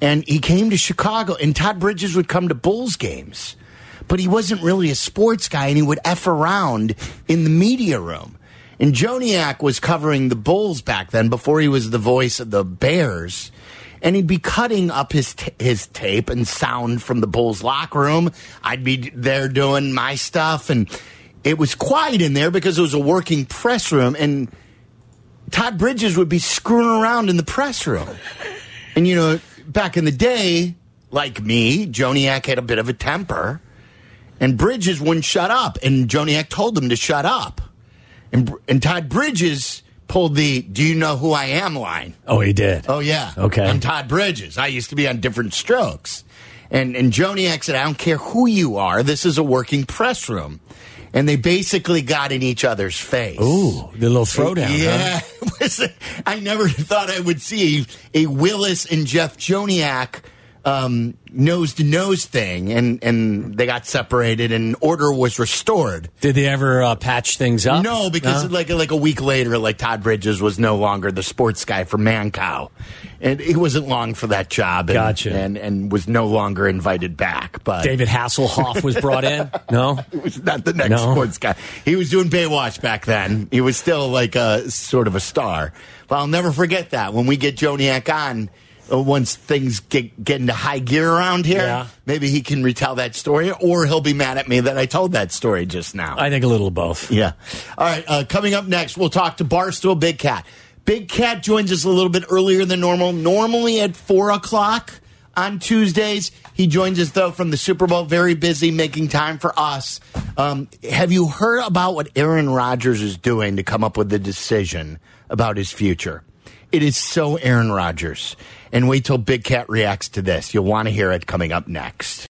S6: and he came to Chicago. And Todd Bridges would come to Bulls games, but he wasn't really a sports guy, and he would f around in the media room. And Joniak was covering the Bulls back then before he was the voice of the Bears. And he'd be cutting up his t- his tape and sound from the Bulls locker room. I'd be d- there doing my stuff, and it was quiet in there because it was a working press room. And Todd Bridges would be screwing around in the press room. And you know, back in the day, like me, Joniak had a bit of a temper, and Bridges wouldn't shut up, and Joniak told him to shut up. And and Todd Bridges pulled the "Do you know who I am?" line.
S4: Oh, he did.
S6: Oh yeah.
S4: Okay.
S6: I'm Todd Bridges. I used to be on different strokes. And and Joniak said, I don't care who you are, this is a working press room. And they basically got in each other's face. Ooh,
S4: the little throwdown, huh?
S6: Yeah. It was- I never thought I would see a Willis and Jeff Joniak um, nose to nose thing, and, and they got separated, and order was restored.
S4: Did they ever uh, patch things up?
S6: No, because like like a week later, like Todd Bridges was no longer the sports guy for Mancow, and he wasn't long for that job. And,
S4: Gotcha.
S6: And and was no longer invited back. But
S4: David Hasselhoff was brought in? No,
S6: he was not the next sports guy. He was doing Baywatch back then. He was still like a sort of a star. But I'll never forget that when we get Joniak on. uh, Once things get get into high gear around here,
S4: Yeah.
S6: maybe he can retell that story, or he'll be mad at me that I told that story just now.
S4: I think a little of both.
S6: Yeah. All right. Uh, coming up next, we'll talk to Barstool Big Cat. Big Cat joins us a little bit earlier than normal. Normally at four o'clock on Tuesdays, he joins us though from the Super Bowl. Very busy, making time for us. Um, have you heard about what Aaron Rodgers is doing to come up with a decision about his future? It is so Aaron Rodgers. And wait till Big Cat reacts to this. You'll want to hear it coming up next.